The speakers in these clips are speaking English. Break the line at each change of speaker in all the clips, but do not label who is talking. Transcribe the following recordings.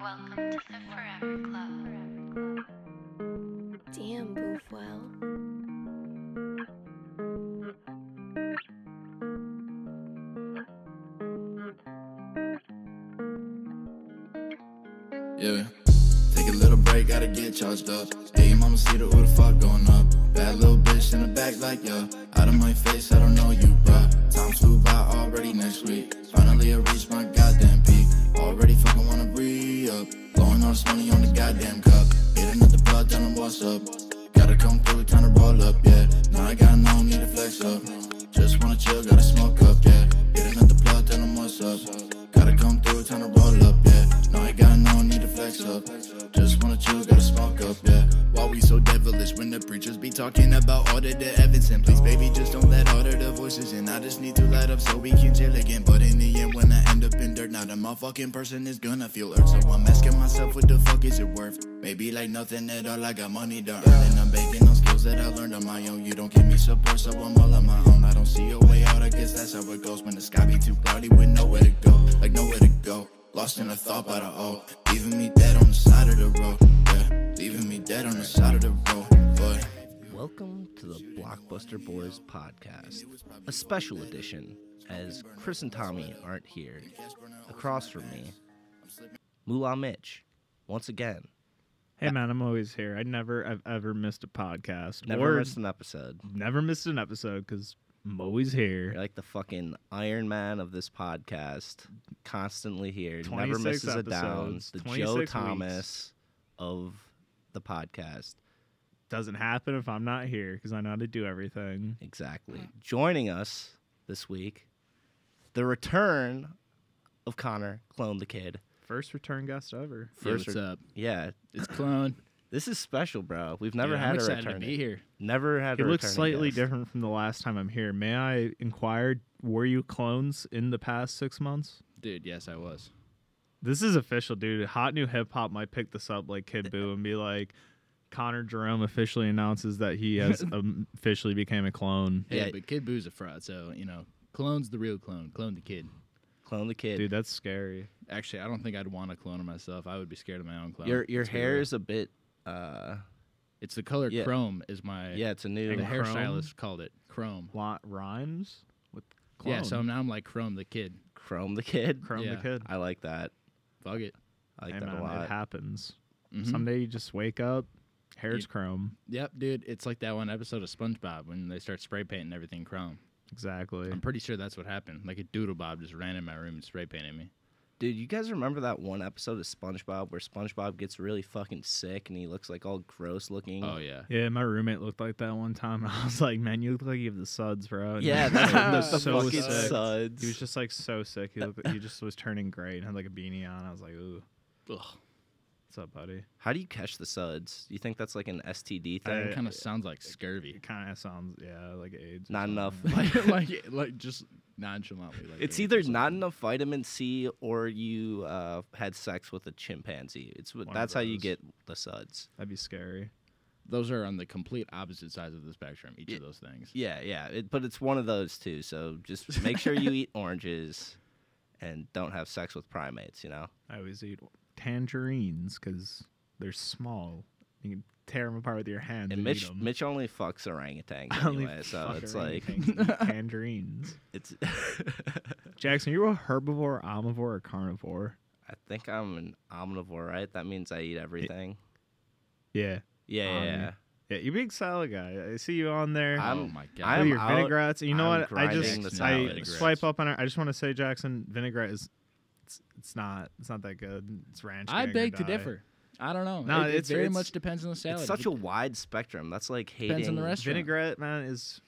Welcome to the Forever Club. Damn, Boofwell.
Yeah. Take a little break, gotta get charged up. Hey, your mama see the what the fuck going up. Bad little bitch in the back, like yo. Out of my face, I don't know you, bruh. Time flew by already next week. Finally, I reached my goddamn peak. Already fucking wanna re up. Blowing all this money on the goddamn cup. Hitting with the blood, tell 'em what's up. Gotta come through, time to roll up, yeah. Now I got no need to flex up. Just wanna chill, gotta smoke up, yeah. Hitting with the blood, tell 'em what's up. Gotta come through, time to roll up, yeah. Now I got no need to flex up. Just wanna chill, gotta smoke up, yeah. Why we so devilish when the preachers be talking about Auditor Evanson? Please, baby, just don't let auditor voices in. I just need to light up so we can chill again. But in the end, when I end up in dirt, not a motherfucking person is gonna feel hurt. So I'm asking myself, what the fuck is it worth? Maybe like nothing at all, I got money to earn. And I'm banking on skills that I learned on my own. You don't give me support, so I'm all on my own. I don't see a way out, I guess that's how it goes. When the sky be too cloudy with nowhere to go, like nowhere to go. Lost in a thought by the O. Leaving me dead on the side of the road. Yeah, leaving me dead on the side of the road. But
Welcome to the Blockbuster Boys podcast, a special edition as Chris and Tommy aren't here. Across from me, Moolah Mitch, once again,
Hey man, I'm always here. I never, I've ever missed a podcast.
never
or
missed an episode.
never missed an episode because I'm always here.
You're like the fucking Iron Man of this podcast, constantly here, never
26
misses a down.
episodes,
The
26
Joe
weeks.
Thomas of the podcast.
Doesn't happen if I'm not here because I know how to do everything.
Exactly. Joining us this week, the return of Connor, Clone the Kid.
First return guest ever.
Yeah,
First
what's
re-
up?
Yeah,
It's Clone.
This is special, bro. We've never
Dude,
had
I'm
a
excited
return.
to be here.
Never had
It
a
looks
returning
slightly
guest.
different from the last time I'm here. May I inquire, were you clones in the past six months?
Dude, yes, I was.
This is official, dude. Hot new hip hop might pick this up like Kid Boo and be like, Connor Jerome officially announces that he has um, officially became a clone.
Hey,
Yeah.
but Kid Boo's a fraud, so you know, Clone's the real clone. Clone the kid.
Clone the kid.
Dude, that's scary.
Actually, I don't think I'd want a clone of myself. I would be scared of my own clone.
your your
It's
hair
weird.
is a bit. uh
it's the color
yeah.
chrome is my
Yeah, it's a
The
new.
Like-
hairstylist called it chrome.
Lot rhymes with clone.
Yeah, so now I'm like Chrome the kid.
Chrome the kid.
Chrome
Yeah.
the kid.
I like that.
Fuck it.
I like
Hey,
that
man,
a
It
lot.
happens.
Mm-hmm.
Mhm.
Someday you just wake up, hair's
You-
chrome.
Yep, dude. It's like that one episode of SpongeBob when they start spray painting everything chrome.
Exactly.
Um,
I'm pretty sure that's what happened. Like a doodle bob just ran in my room and spray painted me.
Dude, you guys remember that one episode of SpongeBob where SpongeBob gets really fucking sick and he looks like all gross looking?
Oh yeah.
Yeah, my roommate looked like that one time. I was like, man, you look like you have the suds, bro. And
Yeah,
he was,
that's,
like,
that's the
so
fucking
sick.
suds.
He was just like so sick. He, looked, he just was turning gray and had like a beanie on. I was like, ooh,
Ugh.
what's up, buddy?
How do you catch the suds? Do you think that's like an STD
I-
thing?
Kind of sounds like scurvy.
It kind of sounds, yeah, like AIDS. or
Not
something.
enough.
like, like, like just nonchalantly. Like
It's
yeah,
either
just like-
not enough vitamin C or you uh, had sex with a chimpanzee. It's
of
that's how you
those.
get the suds.
That'd be scary.
Those are on the complete opposite sides of the spectrum. Each
Yeah.
of those things.
Yeah, yeah. It, but it's one of those two. So just make sure you eat oranges and don't have sex with primates. You know.
I always eat tangerines because they're small. You can tear them apart with your hands.
And
And
Mitch
eat 'em.
Mitch only fucks orangutans
I only
anyway, so
fuck
it's
around
like
with things, tangerines.
it's.
Jackson, are you a herbivore, omnivore, or carnivore?
I think I'm an omnivore, right? That means I eat everything.
Yeah,
Yeah, yeah,
Omni.
yeah.
yeah. You big salad guy. I see you on there.
I'm-
oh my god.
I
with
am
your
out-
vinaigrettes. You know
I'm
what? I
grinding
just
the
I
salads.
swipe up on it. I just want to say, Jackson, vinaigrette is it's, it's not it's not that good. It's ranch.
I
vinegar
beg to
dye.
differ. I don't know.
No,
it, it
it's-
very
it's-
much depends on the salad.
It's
If
such
it
a wide spectrum. That's like hating.
depends on the restaurant.
Vinaigrette, man, is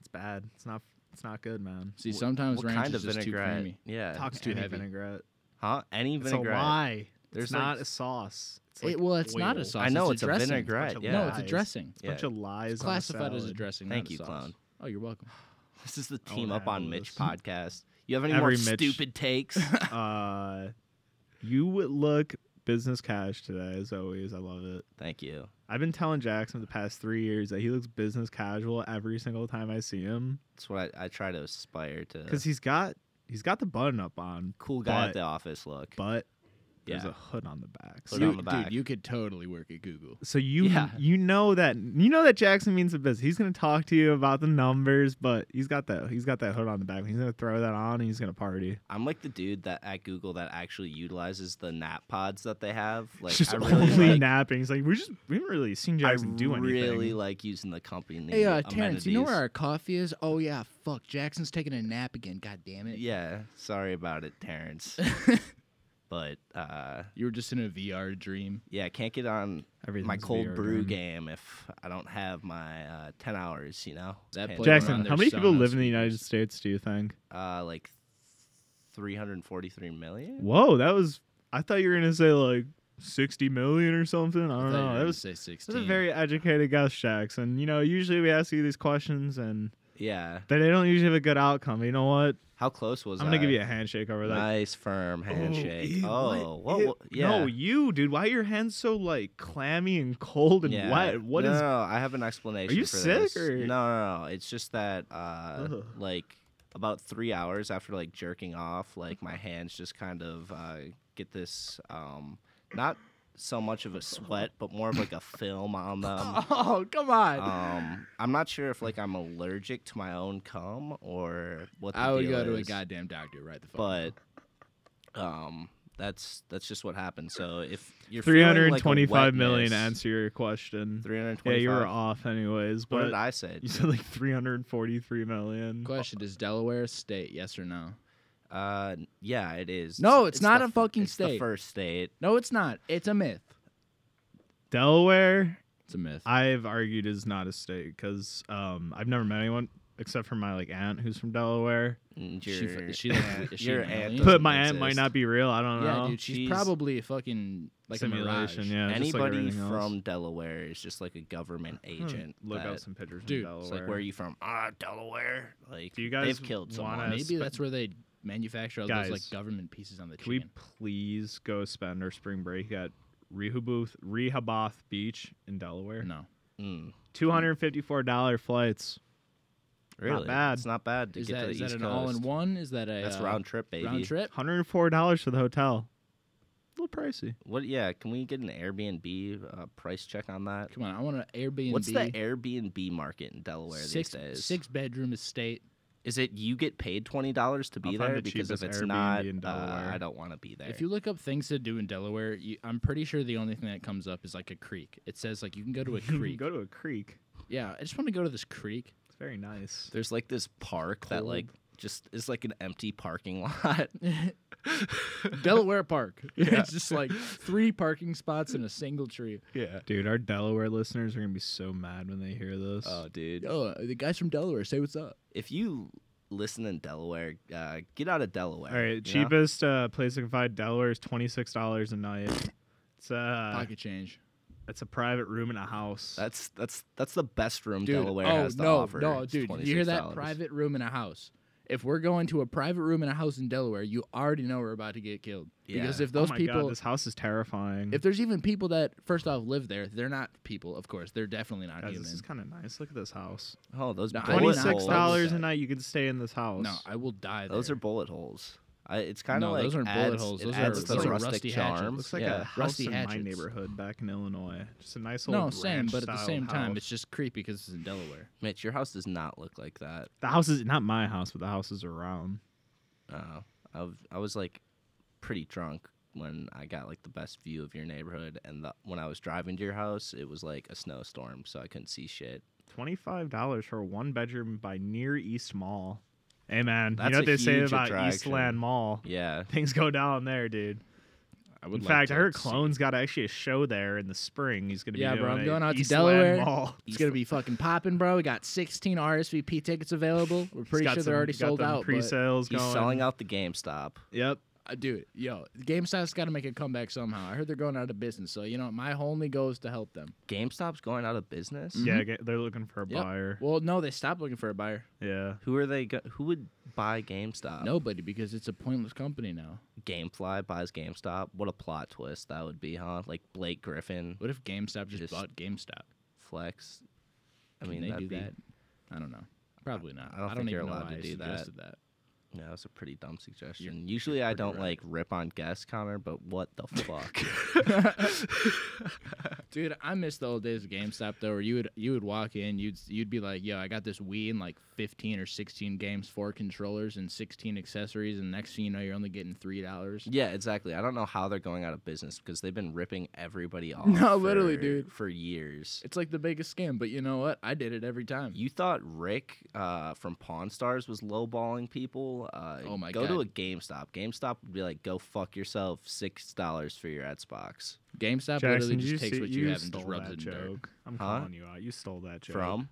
it's bad. It's not it's not good, man.
See, sometimes
What
ranch
kind
is
of
just too
vinaigrette?
creamy.
yeah.
Talk
it's
to
too
any
heavy.
vinaigrette.
huh? Any
It's a
vinaigrette?
lie.
There's
it's not
like-
a sauce. It's
It-
like
well, it's not a
oil.
sauce.
I know
it's,
it's
a,
a
dressing.
vinaigrette.
bunch of
No,
Yeah.
it's a
Lies.
dressing.
A bunch
Yeah.
of lies.
It's
on
classified as a
salad.
dressing.
Thank
not a
you,
sauce.
clown.
Oh, you're welcome.
This is the
I
team
wanna
up
have
on
all
Mitch
this.
podcast. You have any more
Oh, Every Mitch-
stupid takes?
Uh, you would look business cash today, as always. I love it.
Thank you.
I've been telling Jackson the past three years that he looks business casual every single time I see him
That's what I, I try to aspire to.
because he's got he's got the button up on,
cool guy at
but-
the office look.
but There's
Yeah.
a hood on the back.
Hood
So,
on
You-
the back.
Dude, you could totally work at Google.
so you
Yeah.
you know that you know that Jackson means the business. He's gonna talk to you about the numbers, but he's got that he's got that hood on the back. He's gonna throw that on and he's gonna party.
I'm like the dude that at Google that actually utilizes the nap pods that they have. Like
It's just
I really
only
like,
napping. He's like, we just we haven't really seen
I
Jackson do anything.
really like using the company.
Hey, uh, Terrence, you know
amenities.
where our coffee is? Oh yeah, fuck. Jackson's taking a nap again. God damn it.
Yeah, sorry about it, Terrence. but uh,
You were just in a VR dream.
yeah, I can't get on my
Everything's
cold
VR
brew
dream.
game if I don't have my uh, ten hours. You know,
That
Pan-
play-
Jackson,
around
how
their
many people
sauna
live in the
speakers.
United States? Do you think?
uh, like three hundred forty-three million.
Whoa, that was. I thought you were gonna say like sixty million or something. I don't
thought you were
know. That
gonna
was
say
that
16.
was a very educated guess, Jackson. You know, usually we ask you these questions and
Yeah,
they they don't usually have a good outcome. You know what?
how close was
I'm gonna
I?
give you a handshake over that.
nice firm handshake.
ew,
Oh, what?
ew.
wa- yeah.
No, you, dude. Why are your hands so like clammy and cold and
yeah.
wet? What
no,
is?
no, I have an explanation.
you
for
sick,
this.
or-
No, no, no. It's just that, uh,
Ugh.
like, about three hours after like jerking off, like my hands just kind of uh, get this, um, not so much of a sweat, but more of like a film on them.
Oh come on.
Um, I'm not sure if like I'm allergic to my own cum or what. The
I would
deal
go to a
is
goddamn doctor right the fuck.
but um that's that's just what happened so if you're
Three
feeling,
hundred
like, a
twenty-five
wetness-
million. Answer your question.
325
Yeah, you were off anyways.
what
But
did i say
you said like three hundred forty-three million.
Question: Does Delaware a state? Yes or no?
uh yeah it is
No, it's not
the
a
f-
fucking
it's the
state.
first state
No, it's not. It's a myth.
Delaware
It's a myth.
I've argued is not a state because um, I've never met anyone except for my like aunt who's from Delaware.
and
Is she fu-
your-
is she like- is she
your
an
aunt
alien?
But
doesn't
my aunt might
exist.
not be real. I don't
yeah,
know.
dude, she's
she's-
probably a fucking like
Simulation.
A mirage.
yeah. just like
anybody
everything else.
from delaware is just like a government
Huh.
agent
Look
that-
up some pictures
Dude,
from Delaware.
it's like where are you from ah delaware like
Do you guys
they've killed someone
wanna-
Maybe
spe-
that's where they manufacture all those
Guys,
like government pieces on the
Can we
chicken.
please go spend our spring break at Rehoboth, Rehoboth Beach in Delaware?
No.
Mm,
Two hundred fifty-four dollar flights.
really
bad.
it's not bad to
Is
get
that,
to the
is
east
that an
coast
all-in-one? Is that a
that's
uh,
round trip baby
round trip?
One hundred four dollars for the hotel. A little pricey.
What? Yeah, can we get an Airbnb uh, price check on that?
Come on, I want an Airbnb.
What's the Airbnb market in Delaware
six
these days?
six bedroom estate?
Is it you get paid twenty dollars to be
I'll find
there?
the
because if
cheapest
it's
Airbnb
not,
in
uh,
Delaware.
I don't want to be there.
If you look up things to do in Delaware, you, I'm pretty sure the only thing that comes up is like a creek. It says like you can go to a creek.
go to a creek.
yeah, I just want to go to this creek.
It's very nice.
There's like this park that
Cold.
like just is like an empty parking lot.
Delaware Park. It's just like three parking spots and a single tree.
yeah.
Dude, our Delaware listeners are gonna be so mad when they hear this.
Oh, dude.
Oh, the guys from Delaware, say what's up.
If you listen in Delaware, uh, get out of Delaware.
All right,
you know?
cheapest uh, place I can find Delaware is twenty six dollars a night. It's
Uh,
a
Pocket change.
it's a private room in a house.
That's that's that's the best room
Dude,
Delaware
oh,
has to
no,
offer.
No,
It's
dude, you hear that?
$26.
Private room in a house. If we're going to a private room in a house in Delaware, you already know we're about to get killed. Because
Yeah.
if those
oh my
people,
God, this house is terrifying.
if there's even people that first off live there, they're not people. Of course, they're definitely not
Guys,
human.
this is kind of nice. Look at this house.
oh, those
No,
bullet
I did
Twenty
not
six
holes.
dollars a
that.
night. You can stay in this house.
No, I will die.
Those
there.
are bullet holes. I, it's kind of
No,
like
those aren't bullet
adds-
holes.
it
Those are-
adds to the
those are
rustic
rusty hatchets.
charm.
looks like
yeah.
a house
Rusty
in my
hatchets.
neighborhood back in Illinois. Just a nice old
no, same,
ranch
but at the
style
same time,
house.
it's just creepy because it's in Delaware.
Mitch, your house does not look like that.
the house is not my house, but the house is around.
Uh, I, w- I was like pretty drunk when I got like the best view of your neighborhood, and the, when I was driving to your house, it was like a snowstorm, so I couldn't see shit.
Twenty five dollars for a one bedroom by near East Mall. Hey man, you
That's
know what
a
they say
huge
about
attraction.
Eastland Mall?
Yeah,
Things go down there, dude.
I would.
in
like
fact,
to
I heard
see-
Clone's got actually a show there in the spring. He's gonna be
Yeah, bro,
doing
I'm
a
going out to
Eastland
Delaware.
Mall.
It's gonna be fucking popping, bro. We got 16 RSVP tickets available. We're pretty
He's got some-
sure they're already
got
sold
them
out. but-
Pre-sales
he's
going.
selling out Mm-hmm. the GameStop.
Yep.
Uh, dude, yo, GameStop's got to make a comeback somehow. I heard they're going out of business, so you know my only goal is to help them.
GameStop's going out of business.
Yeah, get- they're looking for a
Yep.
buyer.
Well, no, they stopped looking for a buyer.
Yeah.
Who are they? Go- who would buy GameStop?
Nobody, because it's a pointless company now.
GameFly buys GameStop. What a plot twist that would be, huh? Like Blake Griffin
What if GameStop just,
Just-
bought GameStop?
flex. I
Can
mean,
they
that'd
do
be
that? I don't know. Probably not.
I don't think
even
you're
know
allowed
why
to
I
do that.
suggested that.
Yeah, that's a pretty dumb suggestion. Usually I don't like rip on guests, Connor, but what the fuck?
Dude, I miss the old days of GameStop though, where you would you would walk in, you'd you'd be like, "Yo, I got this Wii and like 15 or 16 games, four controllers, and 16 accessories," and next thing you know, you're only getting three dollars.
yeah, exactly. I don't know how they're going out of business because they've been ripping everybody off.
No, literally,
for-
dude.
For years.
It's like the biggest scam, but you know what? I did it every time.
You thought Rick uh, from Pawn Stars was lowballing people? Uh,
Oh my
go Go to
God.
a GameStop. GameStop would be like, "Go fuck yourself." Six dollars for your Xbox
GameStop
Jackson,
literally
did
just
you
takes
see,
what you, have and
stole
just rubs
that
it in
joke.
dirt.
I'm
Huh?
calling you out. You stole that joke.
from.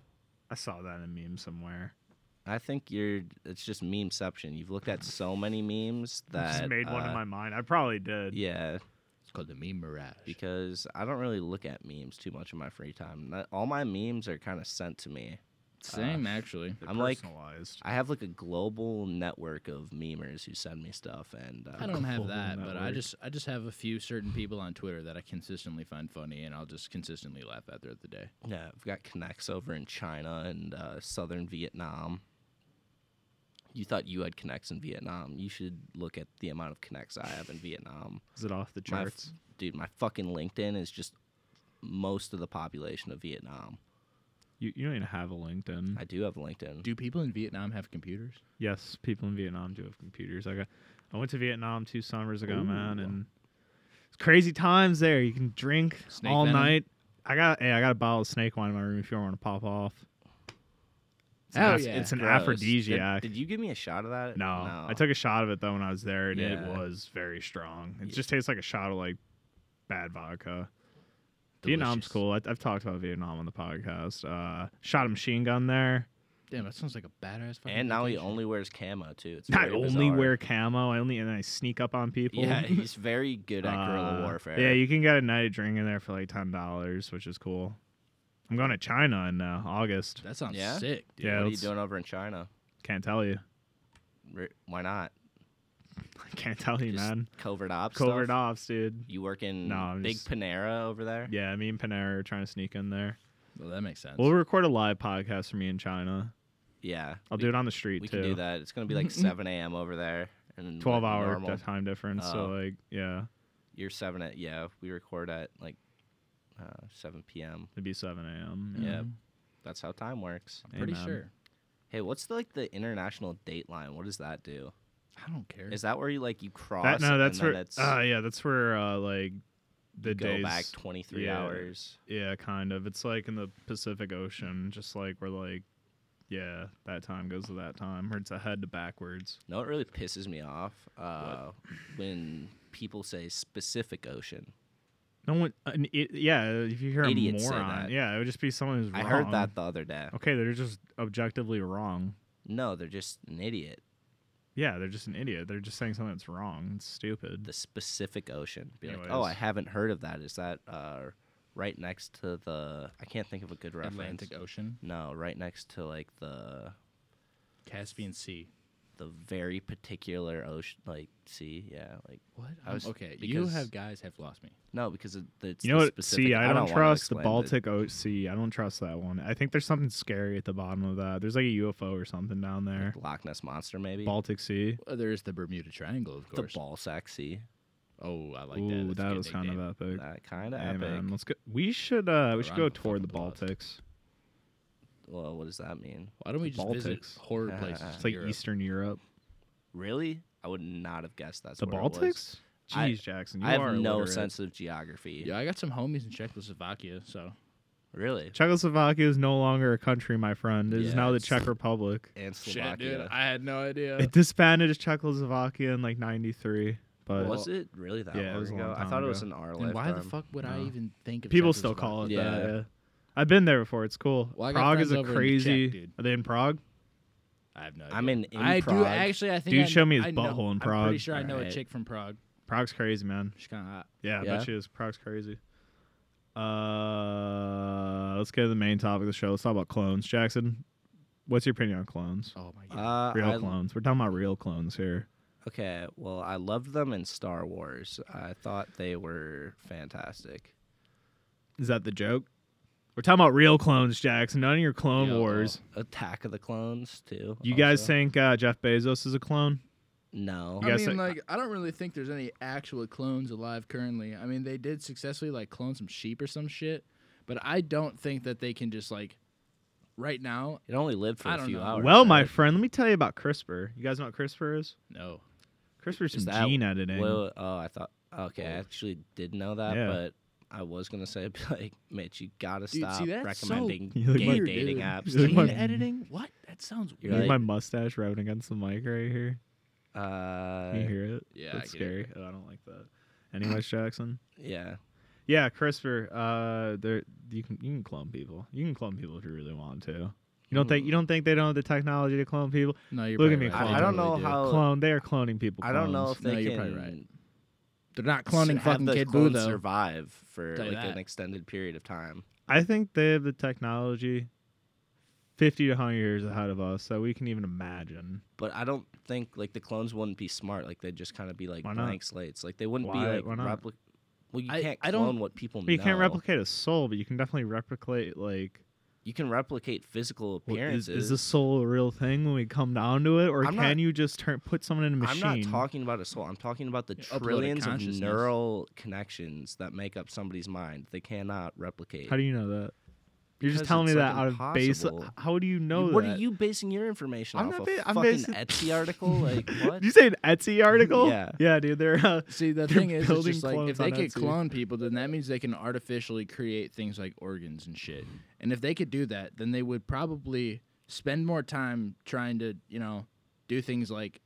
I saw that in a meme somewhere.
I think you're. It's just memeception. You've looked at so many memes that
just made one in
uh,
my mind. I probably did.
Yeah,
It's called the meme mirage.
because I don't really look at memes too much in my free time. Not- All my memes are kind of sent to me.
Same actually.
They're
I'm like-
personalized.
I have like a global network of memers who send me stuff, and uh,
I don't have
Global
that, but I
network.
just I just have a few certain people on Twitter that I consistently find funny, and I'll just consistently laugh at throughout the day.
Yeah, I've got connects over in China and uh, southern Vietnam. You thought you had connects in Vietnam. You should look at the amount of connects I have in Vietnam.
Is it off the
My f-
charts?
dude, my fucking LinkedIn is just most of the population of Vietnam.
You, you don't even have a LinkedIn.
I do have a LinkedIn.
Do people in Vietnam have computers?
yes, people in Vietnam do have computers. I got. I went to Vietnam two summers ago, man,
Ooh.
and it's crazy times there. You can drink
Snake
all
venom?
night. I got. Hey, I got a bottle of snake wine in my room if you want to pop off. It's an
Hell
aph-
yeah.
It's an
Oh, Gross.
aphrodisiac.
Did, did you give me a shot of that?
no, I took a shot of it though when I was there, and it
Yeah.
was very strong. It
Yeah.
just tastes like a shot of like bad vodka. Vietnam's
Delicious.
cool. I, I've talked about Vietnam on the podcast. Uh, shot a machine gun there.
Damn, that sounds like a badass. fucking
And now he
vacation.
only wears camo too. It's
I
very
only
bizarre.
wear camo. I only and I sneak up on people.
Yeah, he's very good at
Uh,
guerrilla warfare.
Yeah, you can get a night of drink in there for like ten dollars, which is cool. I'm going to China in uh, August.
That sounds
Yeah?
sick, dude.
Yeah.
What are you
let's-
doing over in China?
Can't tell you.
Re- Why not?
I can't tell you,
Just
man.
Covert ops.
Covert
stuff?
ops, dude.
You work in
No, I'm
big
just-
Panera over there?
Yeah, me and Panera are trying to sneak in there.
Well, that makes sense.
We'll record a live podcast for me in China.
Yeah.
I'll do it on the street
We
too.
can do that. It's gonna be like seven AM over there and then,
Twelve
like,
hour
normal.
di- time difference. so
Oh.
like, yeah,
You're seven at yeah, we record at like uh, seven PM.
it'd be seven a.m.
Yeah. That's how time works.
I'm pretty
Amen.
sure.
Hey, what's the, like the international date line? What does that do?
I don't care.
Is that where you like you cross?
That, no,
and
that's
then
where.
it's,
Uh, yeah, that's where uh, like the
go
days
back 23
yeah.
hours.
Yeah, kind of. It's like in the Pacific Ocean, just like we're like, yeah, that time goes to that time, or it's ahead to backwards.
No, it really pisses me off uh, when people say specific ocean.
No one, an, it, yeah. If you hear a
Idiots say
moron,
that.
yeah, it would just be someone who's
I
wrong. Oh.
heard that the other day.
Okay, they're just objectively wrong.
No, they're just an idiot.
Yeah, they're just an idiot. They're just saying something that's wrong. It's stupid.
The specific ocean. Be like, oh, I
Anyways.
haven't heard of that. Is that uh, right next to the? I can't think of a good reference.
Atlantic Ocean,
No, right next to like the
Caspian Sea.
the very particular ocean, like sea. Yeah, like
What?
I was-
okay, you
because-
have guys have lost me.
no, because it, it's
You know
the
what?
Specific,
See, I don't,
wanna
trust the
explain
Baltic Ocean. Sea. I don't trust that one. I think there's something scary at the bottom of that. There's like a UFO or something down there.
like, Loch Ness monster, maybe
Baltic Sea.
Well, there's the Bermuda Triangle, of
the
course.
Ballsack Sea.
Oh, I like that.
Ooh,
That's a
that
good
was kind
nickname.
of epic.
That kind of
Hey,
epic.
man, let's go. We should uh, we should
round
go
of
toward the
applause.
Baltics.
Well, what does that mean?
Why don't we
the
just visit
Baltics.
horror places?
It's
It's
in
like
Europe?
Eastern Europe.
Really? I would not have guessed that's
The
where it was.
Baltics?
I-
Jeez, Jackson, you
I
are
have no
illiterate.
sense of geography.
Yeah, I got some homies in Czechoslovakia, so
Really?
Czechoslovakia is no longer a country, my friend. It is
Yeah,
now the
it's-
Czech Republic.
And
shit,
Slovakia.
dude. I had no idea.
It disbanded as Czechoslovakia in like '93, but
was it really that
yeah, it
long
was a
ago?
long
I
time
thought it was in
ago.
our
And
lifetime.
why the fuck would I
No.
even think of
people still call it
Czechoslovakia.
that.
Yeah.
Yeah. I've been there before. It's cool.
Well, I got
Prague is
friends
a
over in the Czech,
crazy.
dude.
Are they in Prague?
I have no idea.
I'm in, in
I
Prague.
do actually. I think
Dude
I,
showed me his
I know-
butthole in
I'm pretty
Prague.
sure I know a
Alright.
chick from Prague.
Prague's crazy, man.
She's kind of hot.
Yeah, I
Yeah?
bet she is. Prague's crazy. Uh, let's go to the main topic of the show. Let's talk about clones. Jackson, what's your opinion on clones?
Oh my god.
Uh,
real
I-
clones. We're talking about real clones here.
Okay, well, I loved them in Star Wars. I thought they were fantastic.
Is that the joke? We're talking about real clones, Jackson. None of your Clone
Yeah,
Wars.
Attack of the Clones too.
You guys
also.
think uh, Jeff Bezos is a clone?
no?
You
I
guys
mean,
think-
like, I don't really think there's any actual clones alive currently. I mean, they did successfully like clone some sheep or some shit, but I don't think that they can just like right now.
It only lived for
I
a
don't
few
know.
hours.
Well, my
right?
friend, let me tell you about CRISPR. You guys know what CRISPR is?
No,
CRISPR's
Is
some
that-
gene editing.
Well, oh, I thought. Okay, I actually did know that,
Yeah.
but I was gonna say, be like, Mitch, you gotta
Dude, see,
stop
that's
recommending
so You're like
gay
weird,
dating
dude.
apps.
You're
to
like
gene
my-
me.
editing. What? That sounds
You're
weird.
Is
like-
my mustache rubbing against the mic right here. Can you
uh,
hear it?
yeah, I
That's
can hear
scary. Oh, I don't like that. Anyways, Jackson.
yeah,
Yeah, CRISPR. Uh, there you can you can clone people. You can clone people if you really want to. You don't think you don't think they don't have the technology to clone people?
No, you're
Look at
probably
me,
right. They
clone.
I don't
totally
know
do.
how.
Clone. They are cloning people.
I don't know
clones.
if they
No,
can
you're probably right. they're not
s-
cloning
have
fucking
the
Kid Buu
clones
though.
survive for
Tell
like
you
an
that.
extended period of time.
I think they have the technology. Fifty to hundred years ahead of us, that we can even imagine.
But I don't think like the clones wouldn't be smart. Like they'd just kind of be like
Why not?
blank slates. Like they wouldn't
Why-
be like
why not?
repli- Well, you
I-
can't
I
clone
don't-
what people
Well, you
know.
can't replicate a soul, but you can definitely replicate like
You can replicate physical
Well,
appearances.
Is, is the soul a real thing when we come down to it, or
I'm
can
not-
you just turn put someone in a machine?
I'm not talking about a soul. I'm talking about the
Yeah, uploaded
trillions of
consciousness.
neural connections that make up somebody's mind. They cannot replicate.
How do you know that? You're
Because
just telling me
it's,
that
like,
out of base.
impossible.
How do you know
what
that?
are you basing your information
I'm
off
not
of?
ba- I'm
fucking
basing-
Etsy article? Like what?
Did you say an Etsy article?
Yeah.
yeah, dude. They're uh,
See, the
They're
thing is, it's
building
just like
clones
if they
on
could
Etsy.
clone people, then that means they can artificially create things like organs and shit. And if they could do that, then they would probably spend more time trying to, you know, do things like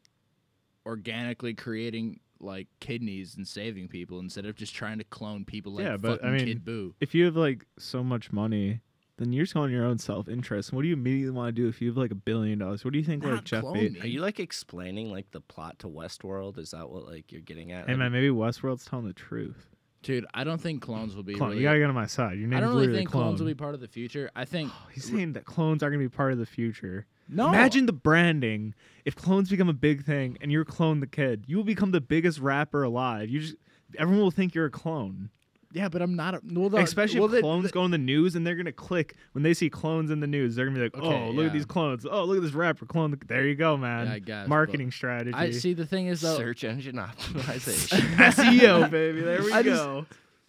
organically creating like kidneys and saving people instead of just trying to clone people like
Yeah, but, I
fucking
mean,
Kid Boo.
if you have like so much money, then you're just going your own self interest. What do you immediately want to do if you have like a billion dollars? What do you think like
Not
Jeff
clone
Bezos?
me.
Are you like explaining like the plot to Westworld? Is that what like you're getting at?
Hey
I
man, maybe Westworld's telling the truth.
Dude, I don't think clones will be
Clone,
really
you gotta get on my side. Your
I
name's
don't really
literally
think
clone.
clones will be part of the future. I think
He's saying that clones are gonna be part of the future.
no.
Imagine the branding. If clones become a big thing and you're clone the kid, you will become the biggest rapper alive. You just everyone will think you're a clone.
Yeah, but I'm not a, well, the,
Especially
well,
if
the-
clones go in the news and they're gonna click when they see clones in the news. They're gonna be like,
Okay,
"Oh, look
yeah.
at these clones! Oh, look at this rapper clone!" The... There you go, man.
I guess, but
Marketing strategy,
I see the thing is though
Search engine optimization.
SEO, E baby. There we
I just-
go.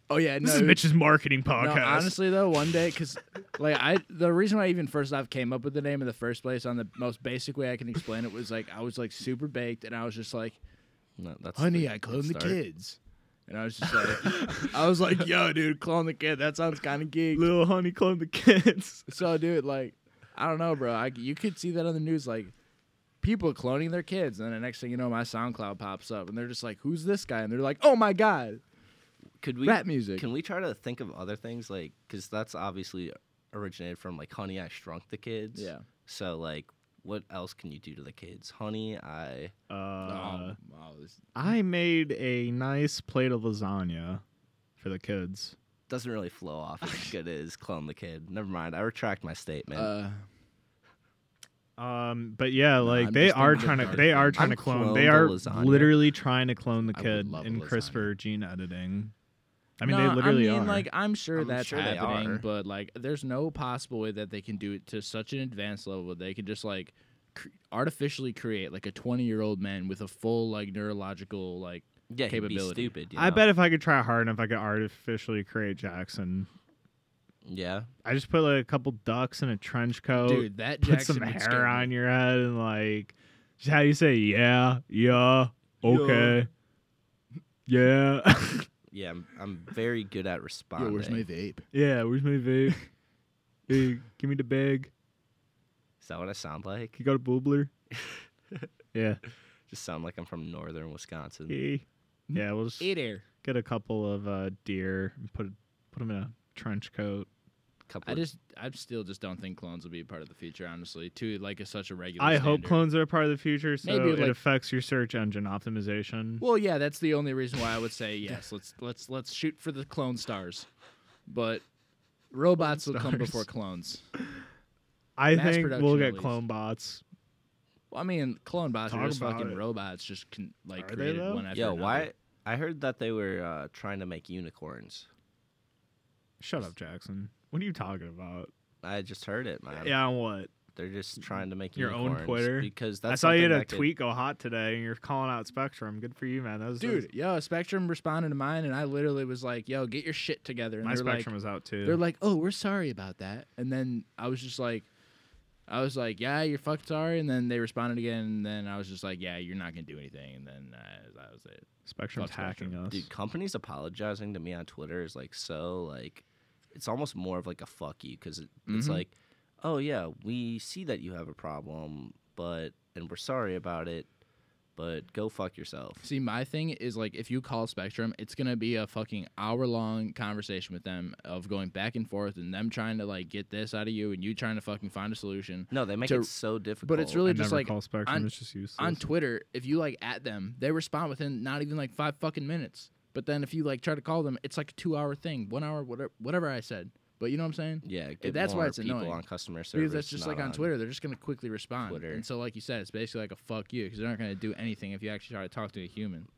Oh yeah, no,
This is
it-
Mitch's marketing
No,
podcast.
honestly though, one day because like I, the reason why I even first off came up with the name in the first place on the most basic way I can explain it was like I was like super baked and I was just like,
no, that's
honey,
the-
I
good
cloned the
start.
kids, and I was just like, I was like, yo, dude, clone the kid. That sounds kind of geek.
little honey clone the kids.
So, dude, like, I don't know, bro. I, you could see that on the news, like. People cloning their kids, and then the next thing you know, my SoundCloud pops up, and they're just like, "Who's this guy?" And they're like, "Oh my god!"
Could we
rap music.
Can we try to think of other things like because that's obviously originated from like Honey I Shrunk the Kids.
Yeah.
So like, what else can you do to the kids? Honey, I
Uh,
oh, wow, this-
I made a nice plate of lasagna for the kids.
doesn't really flow off as good as clone the kid. Never mind. I retract my statement.
uh,
Um, but yeah, like
I'm
they
just
are
thinking
trying
of
to
Darth
they are
Vader.
trying
I'm
to clone.
cloned
They
a
are
lasagna.
literally trying to clone the
I would
kid
love a
in
lasagna.
CRISPR gene editing. I mean,
No,
they literally
I mean,
are.
like, I'm sure
I'm
that's
sure they
happening,
are.
but like, there's no possible way that they can do it to such an advanced level that they can just like cr- artificially create like a 20 year old man with a full like neurological like.
yeah, he'd be
capability.
stupid. you
I
know?
bet if I could try hard enough, I could artificially create Jackson.
Yeah.
I just put like a couple ducks in a trench coat,
dude, that
Oh, put
Jackson
some
would
hair
scare me.
on your head, and like, just how you say, yeah, yeah, okay, yeah,
Yeah, I'm, I'm very good at responding.
Yo, where's my vape?
yeah. Where's my vape? hey, give me the bag.
Is that what I sound like?
You got a bubbler? yeah.
Just sound like I'm from northern Wisconsin.
Yeah, we'll just
Hey there.
get a couple of uh, deer and put put them in a trench coat.
Couple
I
of-
just, I still just don't think clones will be a part of the future, honestly. To like, a, such a regular.
I hope
standard.
clones are a part of the future, so
Maybe,
it
like-
affects your search engine optimization.
Well, yeah, that's the only reason why I would say yes. Let's let's let's shoot for the clone stars, but robots will come
stars.
before clones.
I
mass
think
production,
we'll
at
get
least.
clone bots.
Well, I mean, clone bots
Talk
are just
about
fucking
it.
robots, just con- like
Are they,
created
though?
one after
Yo,
another.
why? I heard that they were uh, trying to make unicorns.
Shut up, Jackson. What are you talking about?
I just heard it, man.
yeah, on what?
They're just trying to make
Your own
unicorns
Twitter?
because that's
I saw you had
something
a
that could-
tweet go hot today, and you're calling out Spectrum. Good for you, man. That was
Dude, yo, Spectrum responded to mine, and I literally was like, "Yo, get your shit together." And
my
they're
Spectrum was
like,
out too.
they're like, "Oh, we're sorry about that." And then I was just like, I was like, "Yeah, you're fucked sorry." And then they responded again, and then I was just like, "Yeah, you're not gonna do anything." And then uh, that was it.
Spectrum's
fuck
hacking us.
Dude, companies apologizing to me on Twitter is like so like it's almost more of like a fuck you because it, it's
Mhm.
like, oh yeah, we see that you have a problem, but and we're sorry about it, but go fuck yourself.
See, my thing is like, if you call Spectrum, it's gonna be a fucking hour long conversation with them of going back and forth, and them trying to like get this out of you, and you trying to fucking find a solution.
No, they make
To-
it so difficult.
But it's really
I
just
never
like
call Spectrum.
on-
it's just useless.
on Twitter, if you like at them, they respond within not even like five fucking minutes. But then if you like try to call them, it's like a two hour thing, one hour, whatever, whatever I said. But you know what I'm saying?
yeah, get
that's why
more
it's
people
annoying.
on customer service.
Because that's just
not
like on, Twitter, they're just gonna quickly respond.
Twitter.
And so, like you said, it's basically like a fuck you because they're not gonna do anything if you actually try to talk to a human.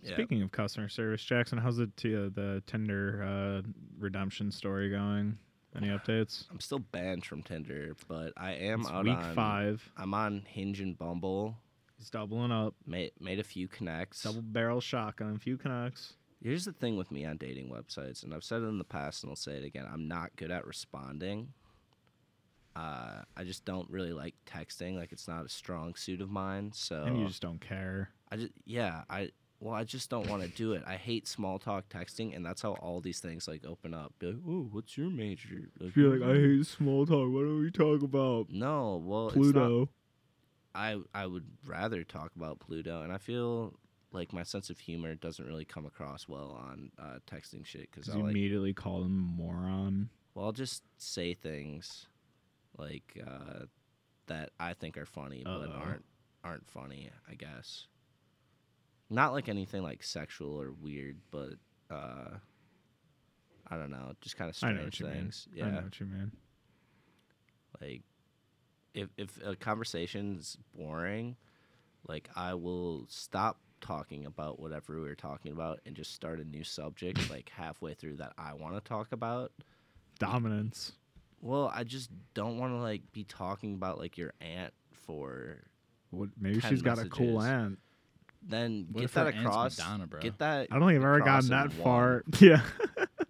Yeah.
Speaking of customer service, Jackson, how's the t- uh, the Tinder uh, redemption story going? Any updates?
I'm still banned from Tinder, but I am
it's
out
week
on
five.
I'm on Hinge and Bumble.
He's doubling up.
Made made a few connects.
Double barrel shotgun. Few connects.
Here's the thing with me on dating websites, and I've said it in the past and I'll say it again. I'm not good at responding. Uh, I just don't really like texting. Like it's not a strong suit of mine. So
And you just don't care.
I just yeah, I well, I just don't want to do it. I hate small talk texting, and that's how all these things like open up. Be like, oh, what's your major? Like,
hate small talk. What are we talking about?
no, well, it's not- I I would rather talk about Pluto, and I feel like my sense of humor doesn't really come across well on uh, texting shit because I
you
like
immediately call him a moron.
Well, I'll just say things like uh, that I think are funny, but
Uh-oh.
aren't aren't funny. I guess not like anything like sexual or weird, but uh, I don't know, just kind of
I
strange
know what you
things.
mean. I
Yeah,
know what you mean.
like if if a conversation's boring, like I will stop talking about whatever we were talking about and just start a new subject like halfway through that I want to talk about.
Dominance.
Well, I just don't want to like be talking about like your aunt for
What, maybe
Ten
she's got a cool
messages.
aunt.
then
What
get
if
that
her aunt's
across.
Madonna, bro?
Get that.
I don't think I've ever
across
gotten
in one.
that far. Yeah.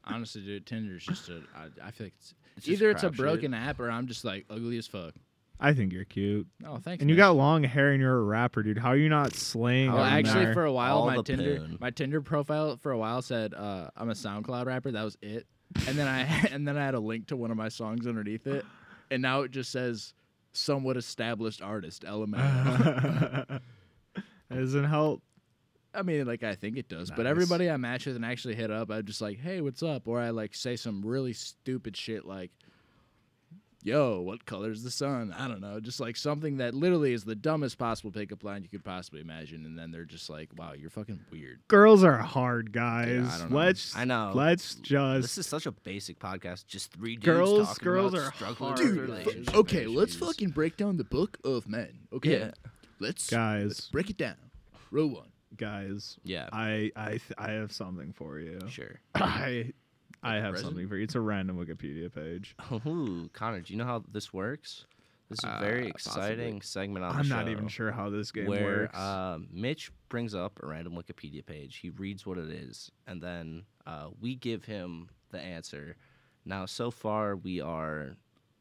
Honestly, dude, Tinder's just a. I, I feel like it's,
It's just
either it's a
crapshoot.
broken app or I'm just like ugly as fuck.
I think you're cute.
Oh, thanks.
And you
man.
got long hair and you're a rapper, dude. How are you not slaying?
Well,
on
actually,
there?
for a while,
All
my
the
Tinder
poon.
my Tinder profile for a while said uh, I'm a SoundCloud rapper. That was it. And then I and then I had a link to one of my songs underneath it, and now it just says somewhat established artist LMAO.
That doesn't help.
I mean, like I think it does, but
Nice.
everybody I match with and actually hit up, I'm just like, hey, what's up? Or I like say some really stupid shit like. Yo, what color's the sun? I don't know. Just like something that literally is the dumbest possible pickup line you could possibly imagine. And then they're just like, wow, you're fucking weird.
Girls are hard, guys.
don't know.
let's
I know.
Let's just
This is such a basic podcast. Just three dudes
Girls-
Talking
girls
about
are
struggling
hard.
with
Dude,
relationship
F- Okay, let's
issues.
fucking break down the book of men. Okay,
Yeah.
let's
guys,
break it down. Row one.
guys.
Yeah,
I I th- I have something for you.
sure.
I I have
present?
something for you. It's a random Wikipedia page.
Ooh, Connor, do you know how this works? This is a very exciting segment on the
I'm not
show
even sure how this game
Where
works.
uh, Mitch brings up a random Wikipedia page, he reads what it is, and then uh, we give him the answer. Now, so far, we are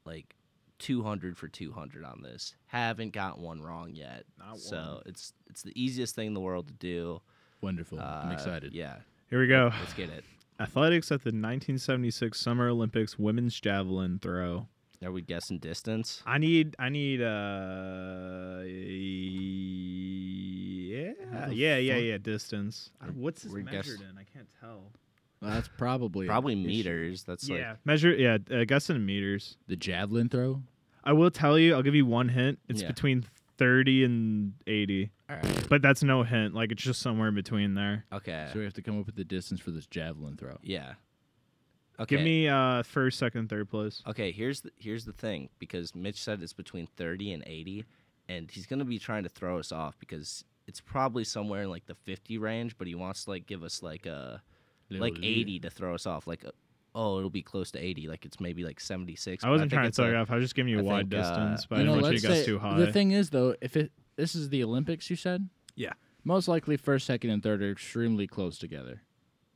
like 200 for 200 on this. Haven't got one wrong yet.
Not
so
one.
it's it's the easiest thing in the world to do.
Wonderful. I'm
Uh,
excited.
Yeah,
Here we go.
let's get it.
Athletics at the 1976 Summer Olympics women's javelin throw.
Are we guessing distance?
I need I need uh yeah yeah yeah yeah distance. I- What's this
we're guess-
measured in? I can't tell.
Well, that's probably
Probably meters. That's
yeah,
like
measure yeah. Uh, guess in meters.
the javelin throw.
I will tell you. I'll give you one hint. It's
Yeah.
between thirty and eighty,
All right.
but that's no hint. Like it's just somewhere in between there.
okay.
So we have to come up with the distance for this javelin throw.
Yeah. Okay.
Give me uh first, second, third place.
Okay, here's the here's the thing because Mitch said it's between 30 and 80 and he's going to be trying to throw us off because it's probably somewhere in like the 50 range but he wants to like give us like a like
Little-
80 to throw us off like a, oh, it'll be close to 80. Like it's maybe like 76.
I
but
wasn't
think
trying to
it's a-
suck it off. I was just giving you a
I
wide
think, uh,
distance, but
you
I
know,
didn't want you
let's
to guys
say-
too high.
The thing is, though, if it this is the Olympics, you said.
Yeah.
Most likely, first, second, and third are extremely close together,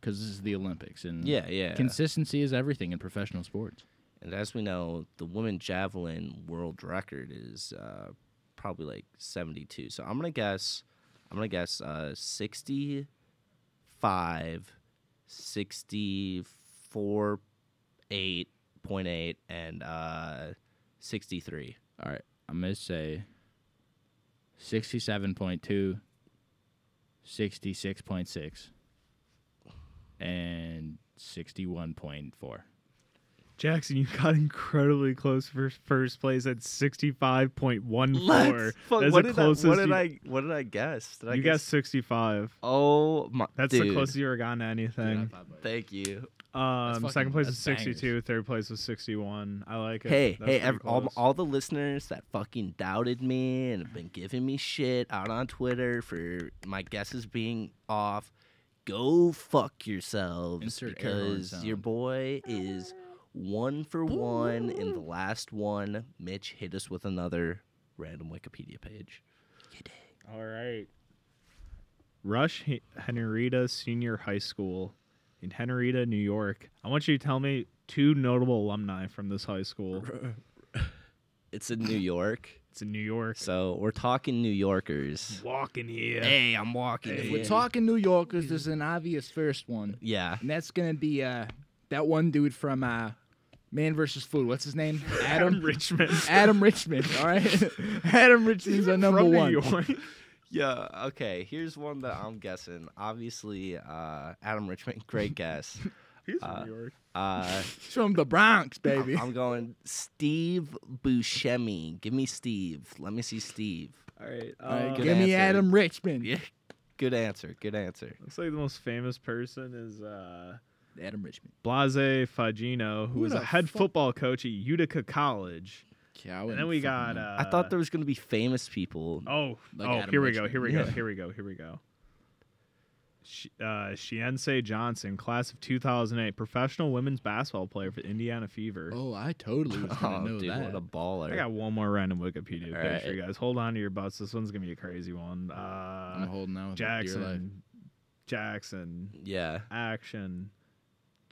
because this is the Olympics, and
Yeah, yeah.
consistency is everything in professional sports.
and as we know, the women javelin world record is uh, probably like 72. So I'm gonna guess, I'm gonna guess uh, 65, 64, 8.8, and uh, 63.
All right, I'm gonna say 67.2, 66.6, and 61.4.
Jackson, you got incredibly close for first place at 65.14.
fuck,
That's
what
the
did,
closest
I, what did
you,
I? What did I guess? Did I
you
guess?
got 65.
oh my!
That's
dude,
the closest you ever gotten to anything.
Thank you.
Um,
fucking-
second place
that's
was 62. Third place was 61. I like it.
Hey,
That's
hey,
pretty
ev- all,
close.
all the listeners that fucking doubted me and have been giving me shit out on Twitter for my guesses being off, go fuck yourselves
Insert air horn
because your
sound.
boy is one for one. In the last one, Mitch hit us with another random Wikipedia page.
All right. Rush He- Henrietta Senior High School in Henrietta, New York. I want you to tell me two notable alumni from this high school.
It's in New York,
It's in New York.
so we're talking New Yorkers.
Walking here.
Hey, I'm walking.
If
in.
we're talking New Yorkers, there's an obvious first one,
yeah,
and that's gonna be uh that one dude from uh Man versus Food. What's his name? Adam
Richmond.
Adam Richmond. All right, Adam Richmond's our number
from
one.
New York.
Yeah, okay. Here's one that I'm guessing. Obviously, uh, Adam Richmond, great guess.
He's from New York.
Uh,
He's from the Bronx, baby.
I'm going Steve Buscemi. Give me Steve. Let me see Steve.
All right. Uh,
All right,
good
give me
answer.
Adam Richmond.
Yeah. Good answer. Good answer.
Looks like the most famous person is uh,
Adam Richmond.
Blase Fagino, who
Who
was a
the
head
fuck- Oh,
football coach at Utica College. And then we got. Uh,
I thought there was going to be famous people.
Oh,
Like
oh,
Adam
here we go.
Richman.
Here we go.
Yeah.
Here we go. Here we go. Sh- Uh, Shiense Johnson, class of 2008, professional women's basketball player for Indiana Fever.
Oh, I totally was
Oh,
gonna know
dude,
that.
what a baller.
I got one more random Wikipedia
All
picture,
right.
guys. Hold on to your butts. This one's gonna be a crazy one. Uh,
I'm holding out. with dear life.
Jackson, Jackson,
yeah.
action.